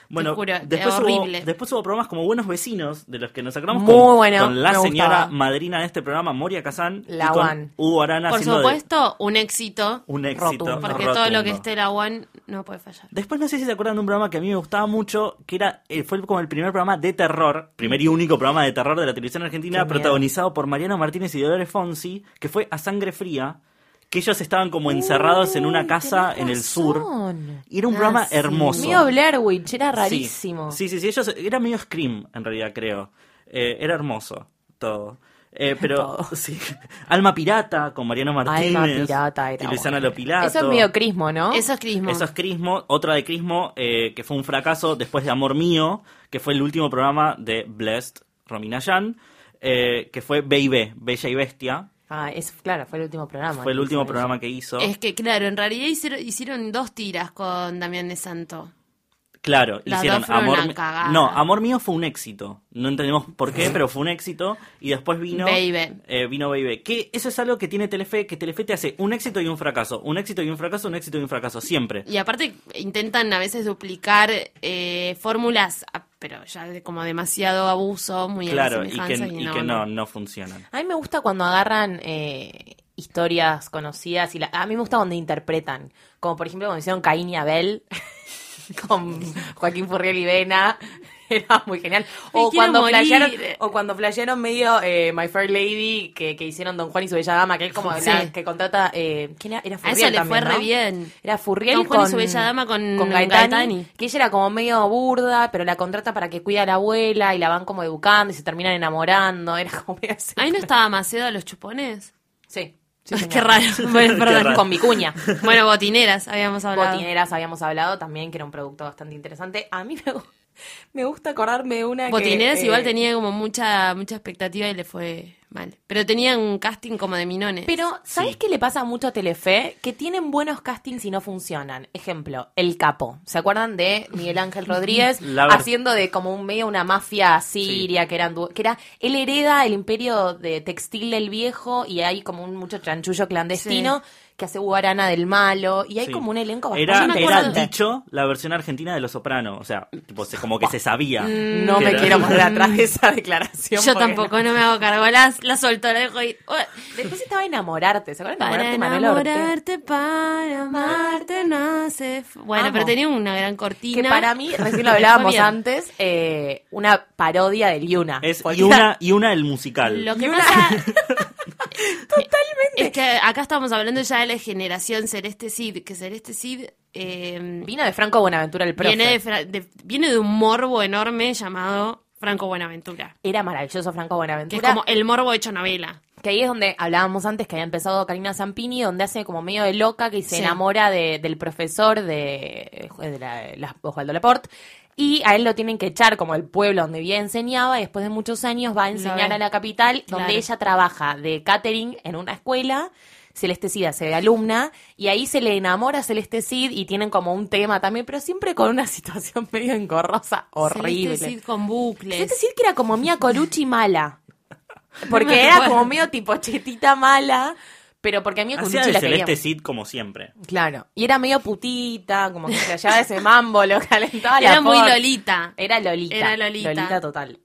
S5: Bueno,
S3: juro,
S5: después,
S3: horrible.
S5: Hubo, después hubo programas como Buenos Vecinos, de los que nos acordamos
S4: Muy
S5: con,
S4: bueno,
S5: con la
S4: me
S5: señora
S4: gustaba.
S5: madrina de este programa, Moria Kazán,
S4: La
S5: y con
S4: One.
S5: Hugo Arana
S3: Por
S5: haciendo de-
S3: supuesto, un éxito.
S5: un éxito.
S4: Rotundo.
S3: Porque
S5: rotundo.
S3: todo lo que esté la One no puede fallar.
S5: Después no sé si se acuerdan de un programa que a mí me gustaba mucho, que era eh, fue como el primer programa de terror, primer y único programa de terror de la televisión
S4: Qué
S5: argentina,
S4: miedo.
S5: protagonizado por Mariano Martínez y Dolores Fonsi, que fue A Sangre Fría, que ellos estaban como encerrados en una
S4: Uy,
S5: casa
S4: tenés
S5: en el sur.
S4: razón. Ah,
S5: Y era un programa hermoso.
S4: Mío Blair Witch, era
S5: Sí.
S4: rarísimo.
S5: Sí, sí, sí, ellos era medio Scream en realidad, creo. Eh, era hermoso todo. Eh, pero
S4: Todo.
S5: sí, Alma Pirata con Mariano Martínez.
S4: Pirata era
S5: y Luciana
S4: bueno.
S5: Lopilato.
S4: Eso es medio crismo, ¿no?
S3: Eso es crismo.
S5: Eso es Crismo, otra de Crismo, eh, que fue un fracaso después de Amor Mío, que fue el último programa de Blessed, Romina Yan, eh, que fue B&B, Bella y Bestia,
S4: Ah, es, claro, fue el último programa.
S5: fue el
S4: que
S5: último
S4: hizo
S5: programa que hizo,
S3: Es que, claro, en realidad hicieron, hicieron dos tiras con Damián de Santo.
S5: Claro,
S3: Las
S5: hicieron
S3: dos fueron
S5: Amor
S3: una
S5: Mi-
S3: cagada.
S5: No, Amor Mío fue un éxito. No entendemos por qué, pero fue un éxito. Y después vino
S3: Baby.
S5: eh, vino Baby. Que eso es algo que tiene Telefe, que Telefe te hace un éxito y un fracaso. Un éxito y un fracaso, un éxito y un fracaso. Siempre.
S3: Y aparte intentan a veces duplicar eh, fórmulas, ah, pero ya de- como demasiado abuso, muy a la
S5: claro, y que,
S3: semejanza,
S5: y que no, no funcionan.
S4: A mí me gusta cuando agarran eh, historias conocidas y la- a mí me gusta cuando interpretan. Como por ejemplo cuando hicieron Caín y Abel con Joaquín Furriel y Vena. Era muy genial. O
S3: Me quiero
S4: cuando,
S3: morir.
S4: flashearon, o cuando flashearon medio eh, My Fair Lady que, que hicieron Don Juan y su Bella Dama, que es como
S3: Sí.
S4: la que contrata. Eh, ¿Quién era? Era
S3: A
S4: Furriel.
S3: eso le
S4: también,
S3: fue re
S4: ¿no?
S3: bien.
S4: Era Furriel
S3: Don Juan y
S4: con
S3: su bella dama con
S4: Gaetani,
S3: Gaetani.
S4: Que ella era como medio burda, pero la contrata para que cuide a la abuela y la van como educando y se terminan enamorando. Era como medio así.
S3: Ahí no estaba Macedo a los chupones.
S4: Sí. sí,
S3: Ay,
S4: señor.
S3: Qué raro. Bueno,
S5: Qué
S3: perdón.
S5: raro.
S4: Con Vicuña.
S3: Bueno, botineras habíamos hablado.
S4: Botineras habíamos hablado también, que era un producto bastante interesante. A mí me, gu- me gusta acordarme de una que,
S3: Botineras igual
S4: eh,
S3: tenía como mucha mucha expectativa y le fue mal. Pero tenía un casting como de minones.
S4: Pero, ¿sabes
S5: Sí.
S4: qué le pasa mucho a Telefe? Que tienen buenos castings y no funcionan. Ejemplo, El Capo. ¿Se acuerdan de Miguel Ángel Rodríguez
S5: La ver-
S4: haciendo de como un medio una mafia siria que eran du- que era él hereda el imperio de textil del viejo y hay como un mucho chanchullo clandestino que hace Hugo Arana del malo y hay
S5: Sí.
S4: como un elenco bastante
S5: Era,
S3: Yo me
S5: era
S3: acuerdo-
S4: interesante.
S5: dicho la versión argentina de Los Soprano. O sea, tipo, se- como que se sabía.
S4: No
S5: que
S4: me
S5: era-
S4: quiero poner atrás de esa declaración.
S3: Yo
S4: porque
S3: tampoco,
S4: no.
S3: no me hago cargo. La, la soltó, la dejo ir. Ué.
S4: Después estaba enamorarte, ¿se acuerdan de
S3: Para
S4: enamorarte, Manuel Ortega?
S3: enamorarte, para amarte, no hace... f- Bueno,
S4: Amo.
S3: pero tenía una gran cortina.
S4: Que para mí, recién lo
S3: Le fue
S4: hablábamos
S3: bien.
S4: antes, eh, una parodia del Yuna.
S5: Es
S4: Porque
S5: y una, y una el musical.
S3: Lo que pasa... Totalmente. Es que acá estamos hablando ya de la generación Celeste Cid, que Celeste Cid... eh,
S4: Vino de Franco Buenaventura el profe.
S3: viene de, Fra- de- viene de un morbo enorme llamado Franco Buenaventura.
S4: Era maravilloso
S3: Que
S4: Franco Buenaventura.
S3: es como el morbo hecho novela.
S4: Que ahí es donde hablábamos antes que había empezado Karina Zampini, donde hace como medio de loca que se
S3: Sí.
S4: enamora de- del profesor de, de la- la- Osvaldo Laporte. Y a él lo tienen que echar como el pueblo donde bien enseñaba. Y después de muchos años va a enseñar
S3: ve.
S4: a la capital,
S3: Claro.
S4: donde ella trabaja de catering en una escuela. Celeste Cid hace de alumna y ahí se le enamora a Celeste Cid y tienen como un tema también, pero siempre con una situación medio engorrosa, horrible.
S3: Celeste Cid con
S4: Es
S3: bucles.
S4: decir, que era como Mia Colucci mala.
S3: No
S4: Porque
S3: me
S4: era
S3: acuerdo.
S4: como medio tipo chetita mala. Pero porque a Mia
S5: Hacía
S4: Colucci
S5: de
S4: la
S5: Celeste
S4: quería.
S5: Cid como siempre.
S4: Claro. Y era medio putita, como que se llevaba ese mambo, lo calentaba la
S3: Era muy
S4: por-
S3: Lolita.
S4: Era Lolita.
S3: Era Lolita.
S4: total.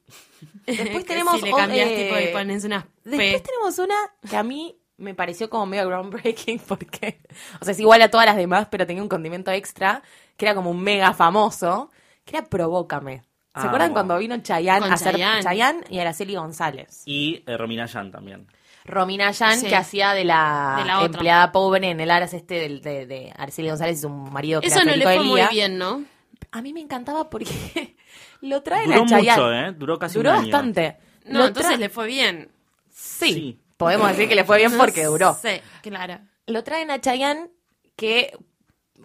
S4: Después
S3: Que
S4: tenemos.
S3: si le
S4: o-
S3: cambias
S4: eh,
S3: tipo y pones unas P.
S4: Después tenemos una que a mí me pareció como medio groundbreaking porque, o sea, es igual a todas las demás, pero tenía un condimento extra que era como un mega famoso, que era Provócame. ¿Se
S5: Amo.
S4: acuerdan cuando vino Chayanne
S3: Con
S4: a hacer
S3: Chayanne.
S4: Chayanne y Araceli González?
S5: Y eh, Romina Yan también.
S4: Romina Yan,
S3: Sí.
S4: que hacía de la,
S3: De la otra.
S4: empleada pobre en el Aras este del- de, de Araceli González y su marido que
S3: Eso
S4: era
S3: no le
S4: Federico
S3: fue muy
S4: Elía.
S3: bien, ¿no?
S4: A mí me encantaba porque lo traen
S5: Duró
S4: a Chayanne.
S5: mucho, ¿eh? Duró casi
S4: Duró
S5: un año.
S4: bastante.
S3: No,
S4: Lo
S3: entonces
S4: tra-
S3: le fue bien.
S4: Sí.
S5: Sí.
S4: Podemos decir que le fue bien porque duró.
S3: Sí, claro.
S4: lo traen a Chayanne que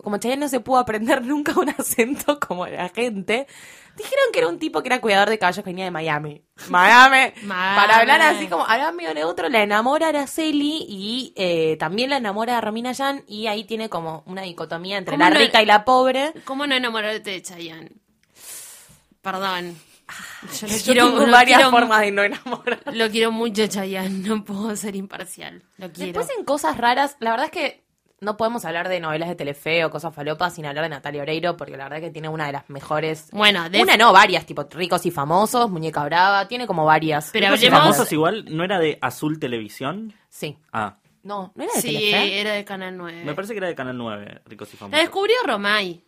S4: como Chayanne no se pudo aprender nunca un acento como la gente, dijeron que era un tipo que era cuidador de caballos que venía de Miami. Miami.
S3: Miami.
S4: Para hablar así como, hablaba medio neutro, la enamora Araceli y eh, también la enamora a Romina Yan y ahí tiene como una dicotomía entre
S3: ¿Cómo
S4: la
S3: no-
S4: rica y la pobre.
S3: ¿Cómo no enamorarte de Chayanne? Perdón. Yo lo
S4: Ah, Yo
S3: quiero,
S4: tengo
S3: lo
S4: varias
S3: quiero-
S4: formas de no enamorar.
S3: Lo quiero mucho, Chayanne. No puedo ser imparcial. Lo quiero.
S4: Después en cosas raras, la verdad es que no podemos hablar de novelas de Telefe o cosas falopas sin hablar de Natalia Oreiro, porque la verdad que tiene una de las mejores.
S3: Bueno, de-
S4: Una no, varias, tipo Ricos y Famosos, Muñeca Brava, tiene como varias.
S3: Pero
S4: Ricos y
S3: hablemos-
S5: Famosos
S4: Famosos.
S5: igual, ¿no era de Azul Televisión?
S4: Sí.
S5: Ah,
S4: No, no era de
S3: Sí, eh,
S4: Telefe.
S3: era de Canal 9.
S5: me parece que era de Canal 9, Ricos y
S3: La
S5: Famosos.
S3: descubrió Romay.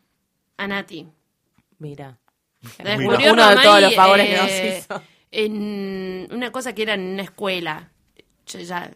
S3: A Nati.
S4: Mira.
S3: La
S5: Mira.
S3: descubrió
S4: Uno de
S3: Romay,
S4: todos los favores que nos
S3: eh,
S4: hizo.
S3: En una cosa que era en una escuela. Yo ya.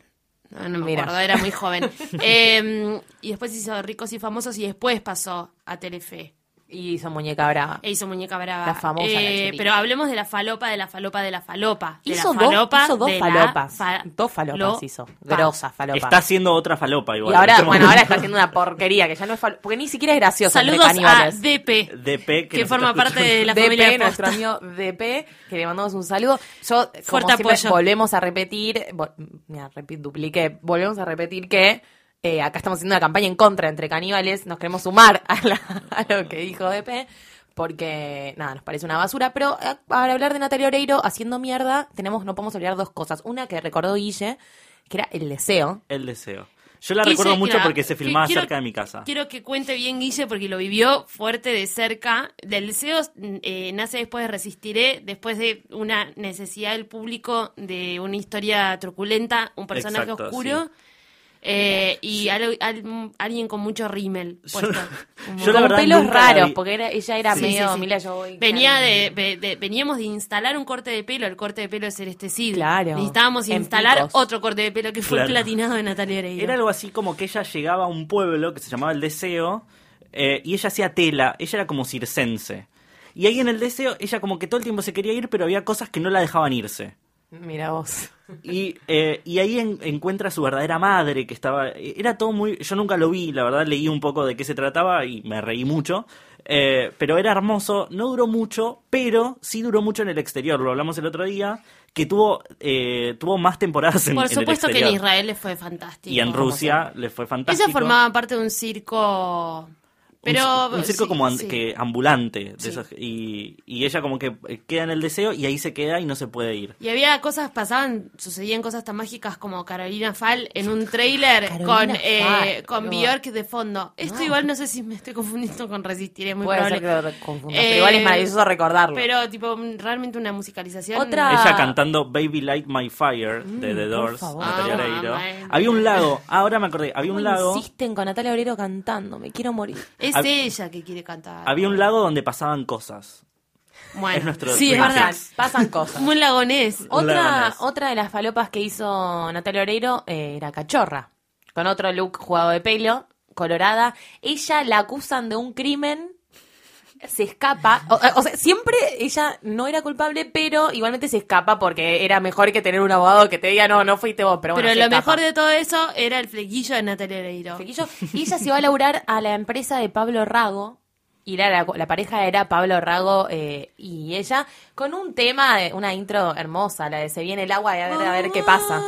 S3: No, no me
S4: Mira.
S3: acuerdo, era muy joven. Eh, y después hizo Ricos y Famosos y después pasó a Telefe.
S4: Y hizo Muñeca Brava.
S3: E hizo Muñeca Brava.
S4: La famosa, la
S3: Eh,
S4: chelita.
S3: pero hablemos de la falopa, de la falopa, de la falopa. De
S4: Hizo
S3: la
S4: dos-
S3: falopa,
S4: hizo dos
S3: de la
S4: falopas.
S3: fa-
S4: Dos falopas
S3: lo-
S4: hizo.
S3: pa.
S4: Grosas falopas.
S5: Está haciendo otra falopa
S4: y
S5: igual.
S4: ahora,
S5: en este
S4: bueno,
S5: momento.
S4: ahora está haciendo una porquería, que ya no es falopa. Porque ni siquiera es graciosa. entre
S3: Saludos a
S4: caníbales.
S3: DP,
S5: DP, que
S3: que,
S5: nos
S3: forma
S5: está
S3: parte de la
S4: DP,
S3: familia de
S4: nuestro
S3: Posta.
S4: amigo DP, que le mandamos un saludo. Yo, como
S3: Fuerte
S4: siempre,
S3: apoyo.
S4: volvemos a repetir, vol- mira, repi- dupliqué, volvemos a repetir que eh, acá estamos haciendo una campaña en contra entre caníbales, nos queremos sumar a, la- a lo que dijo DP, porque nada, nos parece una basura. Pero eh, para hablar de Natalia Oreiro haciendo mierda, tenemos, no podemos olvidar dos cosas. Una que recordó Guille, que era el deseo.
S5: El deseo. Yo la
S3: Guille,
S5: recuerdo mucho
S3: claro,
S5: porque se
S3: que
S5: filmaba
S3: quiero-
S5: cerca de mi casa.
S3: Quiero que cuente bien Guille porque lo vivió fuerte de cerca. Del deseo eh, nace después de Resistiré, después de una necesidad del público de una historia truculenta, un personaje
S5: Exacto,
S3: oscuro. eh, y al- al- alguien con mucho rímel puesto. Un montón.
S5: yo la
S4: Con
S5: verdad
S4: pelos
S5: nunca la
S4: raros,
S5: vi.
S4: porque era- ella era
S3: Sí,
S4: medio
S3: sí, sí.
S4: Mila Jovovich.
S3: Venía de, ve- de- veníamos de instalar un corte de pelo, el corte de pelo de Celeste Cid.
S4: Claro.
S3: Necesitábamos
S4: En
S3: instalar
S4: picos.
S3: otro corte de pelo que fue
S5: Claro.
S3: el platinado de Natalia Oreiro.
S5: Era algo así como que ella llegaba a un pueblo que se llamaba El Deseo eh, y ella hacía tela, ella era como circense. Y ahí en El Deseo ella como que todo el tiempo se quería ir, pero había cosas que no la dejaban irse.
S4: Mira vos.
S5: Y, eh, y ahí en- encuentra a su verdadera madre, que estaba... Era todo muy... Yo nunca lo vi, la verdad leí un poco de qué se trataba y me reí mucho. Eh, pero era hermoso, no duró mucho, pero sí duró mucho en el exterior, lo hablamos el otro día, que tuvo, eh, tuvo más temporadas en,
S3: Por
S5: en el
S3: supuesto que en
S5: exterior.
S3: Israel le fue fantástico.
S5: Y en Rusia le fue fantástico.
S3: Ella formaba parte de un circo. Pero.
S5: un, un circo
S3: sí,
S5: como an-
S3: sí.
S5: que ambulante. de
S3: Sí.
S5: esos- y, y ella como que eh, queda en el deseo y ahí se queda y no se puede ir.
S3: Y había cosas, pasaban, sucedían cosas tan mágicas como Carolina Fall en un trailer
S4: Carolina
S3: con, eh,
S4: Fall,
S3: con
S4: no.
S3: Bjork de fondo. Esto igual no sé si me estoy confundiendo con Resistiré, muy
S4: Puede ser
S3: probable.
S4: que lo re- confundas,
S3: Eh,
S4: pero igual es maravilloso recordarlo.
S3: Pero, tipo, realmente una musicalización.
S4: Otra- Ah.
S5: Ella cantando Baby Light My Fire de The Doors,
S4: favor.
S5: Natalia
S3: Mm, Ah,
S5: Oreiro.
S3: man.
S5: Había un lago, ahora me acordé, había
S4: ¿Cómo
S5: un lago,
S4: Insisten con Natalia Obrero cantando, me quiero morir.
S3: Es
S5: Hab-
S3: ella que quiere cantar.
S5: había un lago donde pasaban cosas.
S3: Bueno,
S5: es nuestro
S3: sí, es
S5: Twin
S3: verdad.
S5: Peaks.
S4: Pasan cosas.
S3: Muy lagonés.
S4: Otra,
S5: Lagones.
S4: otra de las falopas que hizo Natalia Oreiro eh, era cachorra, con otro look jugado de pelo, colorada. Ella la acusan de un crimen, se escapa. O, eh, o sea, siempre ella no era culpable, pero igualmente se escapa porque era mejor que tener un abogado que te diga, no, no fuiste vos, pero bueno,
S3: Pero
S4: se
S3: lo
S4: escapa.
S3: mejor de todo eso era el flequillo de Natalia Oreiro.
S4: Flequillo. Y ella se va a laburar a la empresa de Pablo Rago. Y la, la, la pareja era Pablo Rago eh, y ella, con un tema, de- una intro hermosa, la de Se viene el agua y a ver, a ver qué pasa.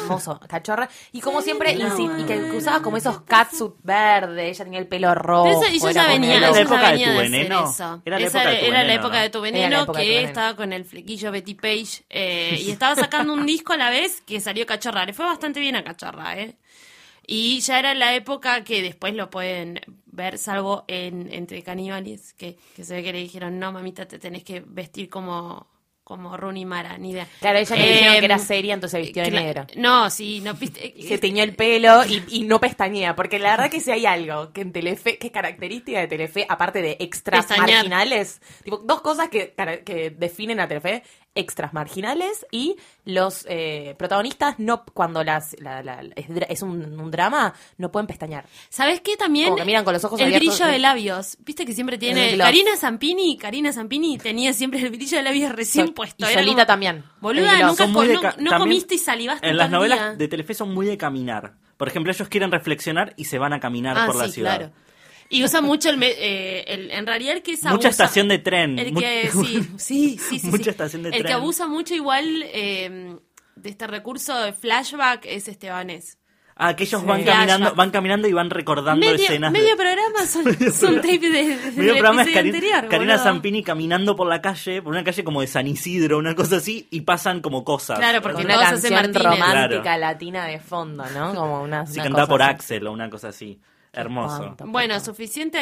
S4: Hermoso, cachorra. Y como siempre, insi- y que, que usaba como esos catsuit verdes, ella tenía el pelo rojo.
S3: Pero eso, y yo
S4: era
S3: ya
S4: como
S3: venía,
S5: Era la
S3: yo ya
S4: medio-
S5: época de
S3: venía
S5: tu
S3: hacer
S5: veneno.
S3: eso.
S5: Era la
S3: Esa
S5: época de tu
S3: era la
S5: veneno,
S3: época
S5: ¿no?
S3: de tu
S4: Era la
S3: veneno
S4: época
S3: que
S4: de tu veneno.
S3: estaba con el flequillo Betty Page eh, y estaba sacando un disco a la vez que salió Cachorra. Le fue bastante bien a Cachorra, ¿eh? Y ya era la época que después lo pueden ver, salvo en Entre Caníbales, que, que se ve que le dijeron, no, mamita, te tenés que vestir como, como Rooney Mara, ni idea.
S4: Claro, ella le dijeron
S3: Eh,
S4: que era seria, entonces se vistió de
S3: cla-
S4: negro.
S3: No, sí, no, viste,
S4: Se teñió el pelo y, y no pestañea, porque la verdad que si hay algo que en Telefe, que es característica de Telefe, aparte de extras
S3: Pestañear.
S4: marginales, tipo, dos cosas que, cara- que definen a Telefe, extras marginales y los eh, protagonistas no, cuando las la- la- es, dra- es un, un drama, no pueden pestañear.
S3: ¿Sabes qué también?
S4: Como que miran con los ojos
S3: El
S4: abiertos.
S3: brillo de labios. Viste que siempre
S4: Es
S3: tiene.
S4: el gloss.
S3: Karina Zampini, Karina Zampini tenía siempre el brillo de labios recién
S4: Sol-
S3: puesto.
S4: y
S3: Era
S4: Solita también.
S3: Boluda,
S4: El gloss.
S3: nunca
S5: Son muy
S3: co-
S5: de
S3: no-
S5: ca-
S3: no
S5: también
S3: comiste y salivaste
S5: En las
S3: todo el
S5: novelas
S3: día.
S5: de Telefe son muy de caminar. Por ejemplo, ellos quieren reflexionar y se van a caminar
S3: Ah,
S5: por la
S3: sí,
S5: ciudad.
S3: claro. Y usa mucho el, me- eh, el- En realidad, el que es
S5: Mucha
S3: abusa-
S5: estación de tren.
S3: El
S5: Mu-
S3: que. Sí, sí, sí. sí,
S5: Mucha
S3: sí.
S5: estación de
S3: El que
S5: tren.
S3: abusa mucho, igual, eh, de este recurso de flashback es este Estebanés.
S5: Ah, que ellos van
S3: Sí.
S5: caminando,
S3: Flashback.
S5: van caminando y van recordando
S3: Medio,
S5: escenas. de-
S3: medio programa son, son tapes de, de-
S5: Medio
S3: del
S5: programa es
S3: episodio
S5: Cari-
S3: anterior,
S5: Karina
S3: boludo.
S5: Zampini caminando por la calle, por una calle como de San Isidro, una cosa así, y pasan como cosas.
S3: Claro, porque
S4: Con
S5: Una-
S4: una
S3: todos hacen
S4: canción
S3: Martínez.
S4: romántica
S5: Claro.
S4: latina de fondo, ¿no? Como una,
S5: así
S4: una
S5: cantada
S4: cosa
S5: por
S4: así.
S5: Axel o una cosa así. Hermoso.
S4: espanto.
S3: Bueno, suficiente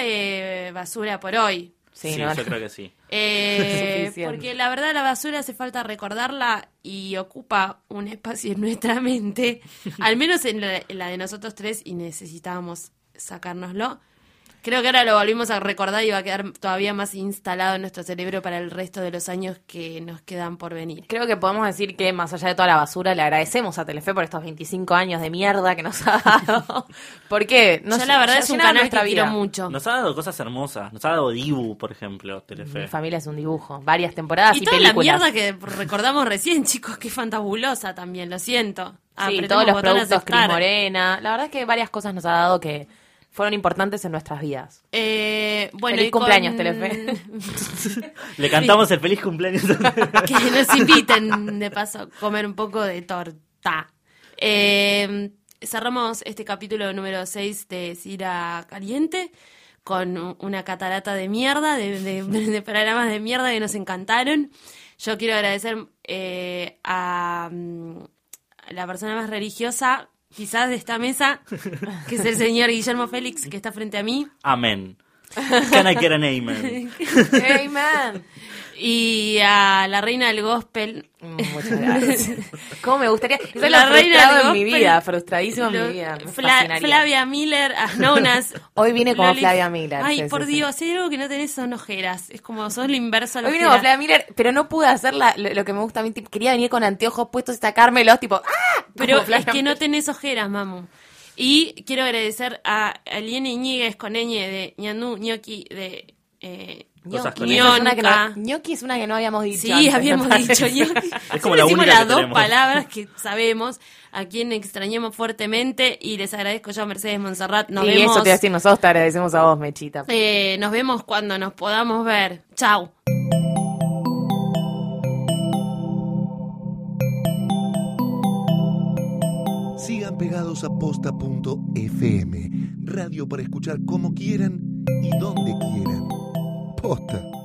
S3: eh, basura por hoy.
S5: Sí,
S4: no,
S5: yo creo que sí.
S3: Eh,
S4: Suficiente.
S3: porque la verdad la basura hace falta recordarla y ocupa un espacio en nuestra mente, al menos en la, en la de nosotros tres y necesitábamos sacárnoslo. Creo que ahora lo volvimos a recordar y va a quedar todavía más instalado en nuestro cerebro para el resto de los años que nos quedan por venir.
S4: Creo que podemos decir que más allá de toda la basura le agradecemos a Telefe por estos 25 años de mierda que nos ha dado. Porque no
S3: Yo
S4: sé,
S3: la verdad
S4: ya
S3: es un
S4: llenaron
S3: canal que
S4: nuestra
S3: quiero
S4: vida.
S3: mucho.
S5: Nos ha dado cosas hermosas. Nos ha dado Dibu, por ejemplo, Telefe.
S4: Mi familia es un dibujo, varias temporadas y,
S3: Ah, Y toda la
S4: películas.
S3: mierda que recordamos recién, chicos, que fantabulosa también, lo siento. Ah,
S4: Sí,
S3: Apretemos
S4: todos los
S3: botón
S4: productos Cris
S3: aceptar.
S4: Morena. La verdad es que varias cosas nos ha dado que fueron importantes en nuestras vidas.
S3: Eh, bueno,
S4: Feliz
S3: y con-
S4: cumpleaños, Telefe.
S5: Le cantamos el feliz cumpleaños.
S3: que nos inviten, de paso, a comer un poco de torta. Eh, cerramos este capítulo número 6 de Cira Caliente con u- una catarata de mierda, de, de- de programas de mierda que nos encantaron. Yo quiero agradecer eh, a, mm, a la persona más religiosa, quizás de esta mesa, que es el señor Guillermo Félix, que está frente a mí.
S5: Amén. Can I get an amen?
S4: Amen.
S3: Y a la reina del gospel.
S4: Mm, Muchas gracias. ¿Cómo me gustaría? Eso
S3: La
S4: lo he
S3: reina
S4: frustrado
S3: del
S4: en mi
S3: gospel.
S4: vida, frustradísimo en
S3: Lo-
S4: mi vida. me
S3: Fla-
S4: fascinaría.
S3: Flavia Miller, ah, a Nonas.
S4: Hoy vine como
S3: Lolis.
S4: Flavia Miller,
S3: Ay,
S4: sí, sí,
S3: por
S4: sí.
S3: Dios, si hay algo que no tenés son ojeras. Es como sos lo inverso a la
S4: Hoy vine
S3: ojera.
S4: como Flavia Miller, pero no pude hacer la- lo, lo que me gusta a mí. tipo, Quería venir con anteojos puestos y sacármelos, tipo, ¡ah!
S3: Pero
S4: Como
S3: es
S4: Flavia
S3: que no
S4: Miller.
S3: tenés ojeras, mamu. Y quiero agradecer a Aliene Iñiguez con ñ de ñanú, ñoqui, de... Eh,
S5: Cosas con
S4: Ñoqui, es una que no-
S3: ñonca.
S4: Ñoqui es una que no habíamos dicho.
S3: Sí,
S4: antes,
S3: habíamos
S4: me
S3: dicho
S4: parece.
S3: ñoqui.
S5: Es como
S3: Siempre
S5: la
S3: decimos
S5: única
S3: las
S5: que
S3: dos
S5: tenemos.
S3: palabras que sabemos, a quien extrañamos fuertemente y les agradezco yo a Mercedes Monserrat. Nos
S4: y
S3: vemos.
S4: eso te voy a decir nosotros, te agradecemos a vos, Mechita.
S3: Eh, nos vemos cuando nos podamos ver. Chau.
S1: Sigan pegados a posta.fm, radio para escuchar como quieran y donde quieran. Posta.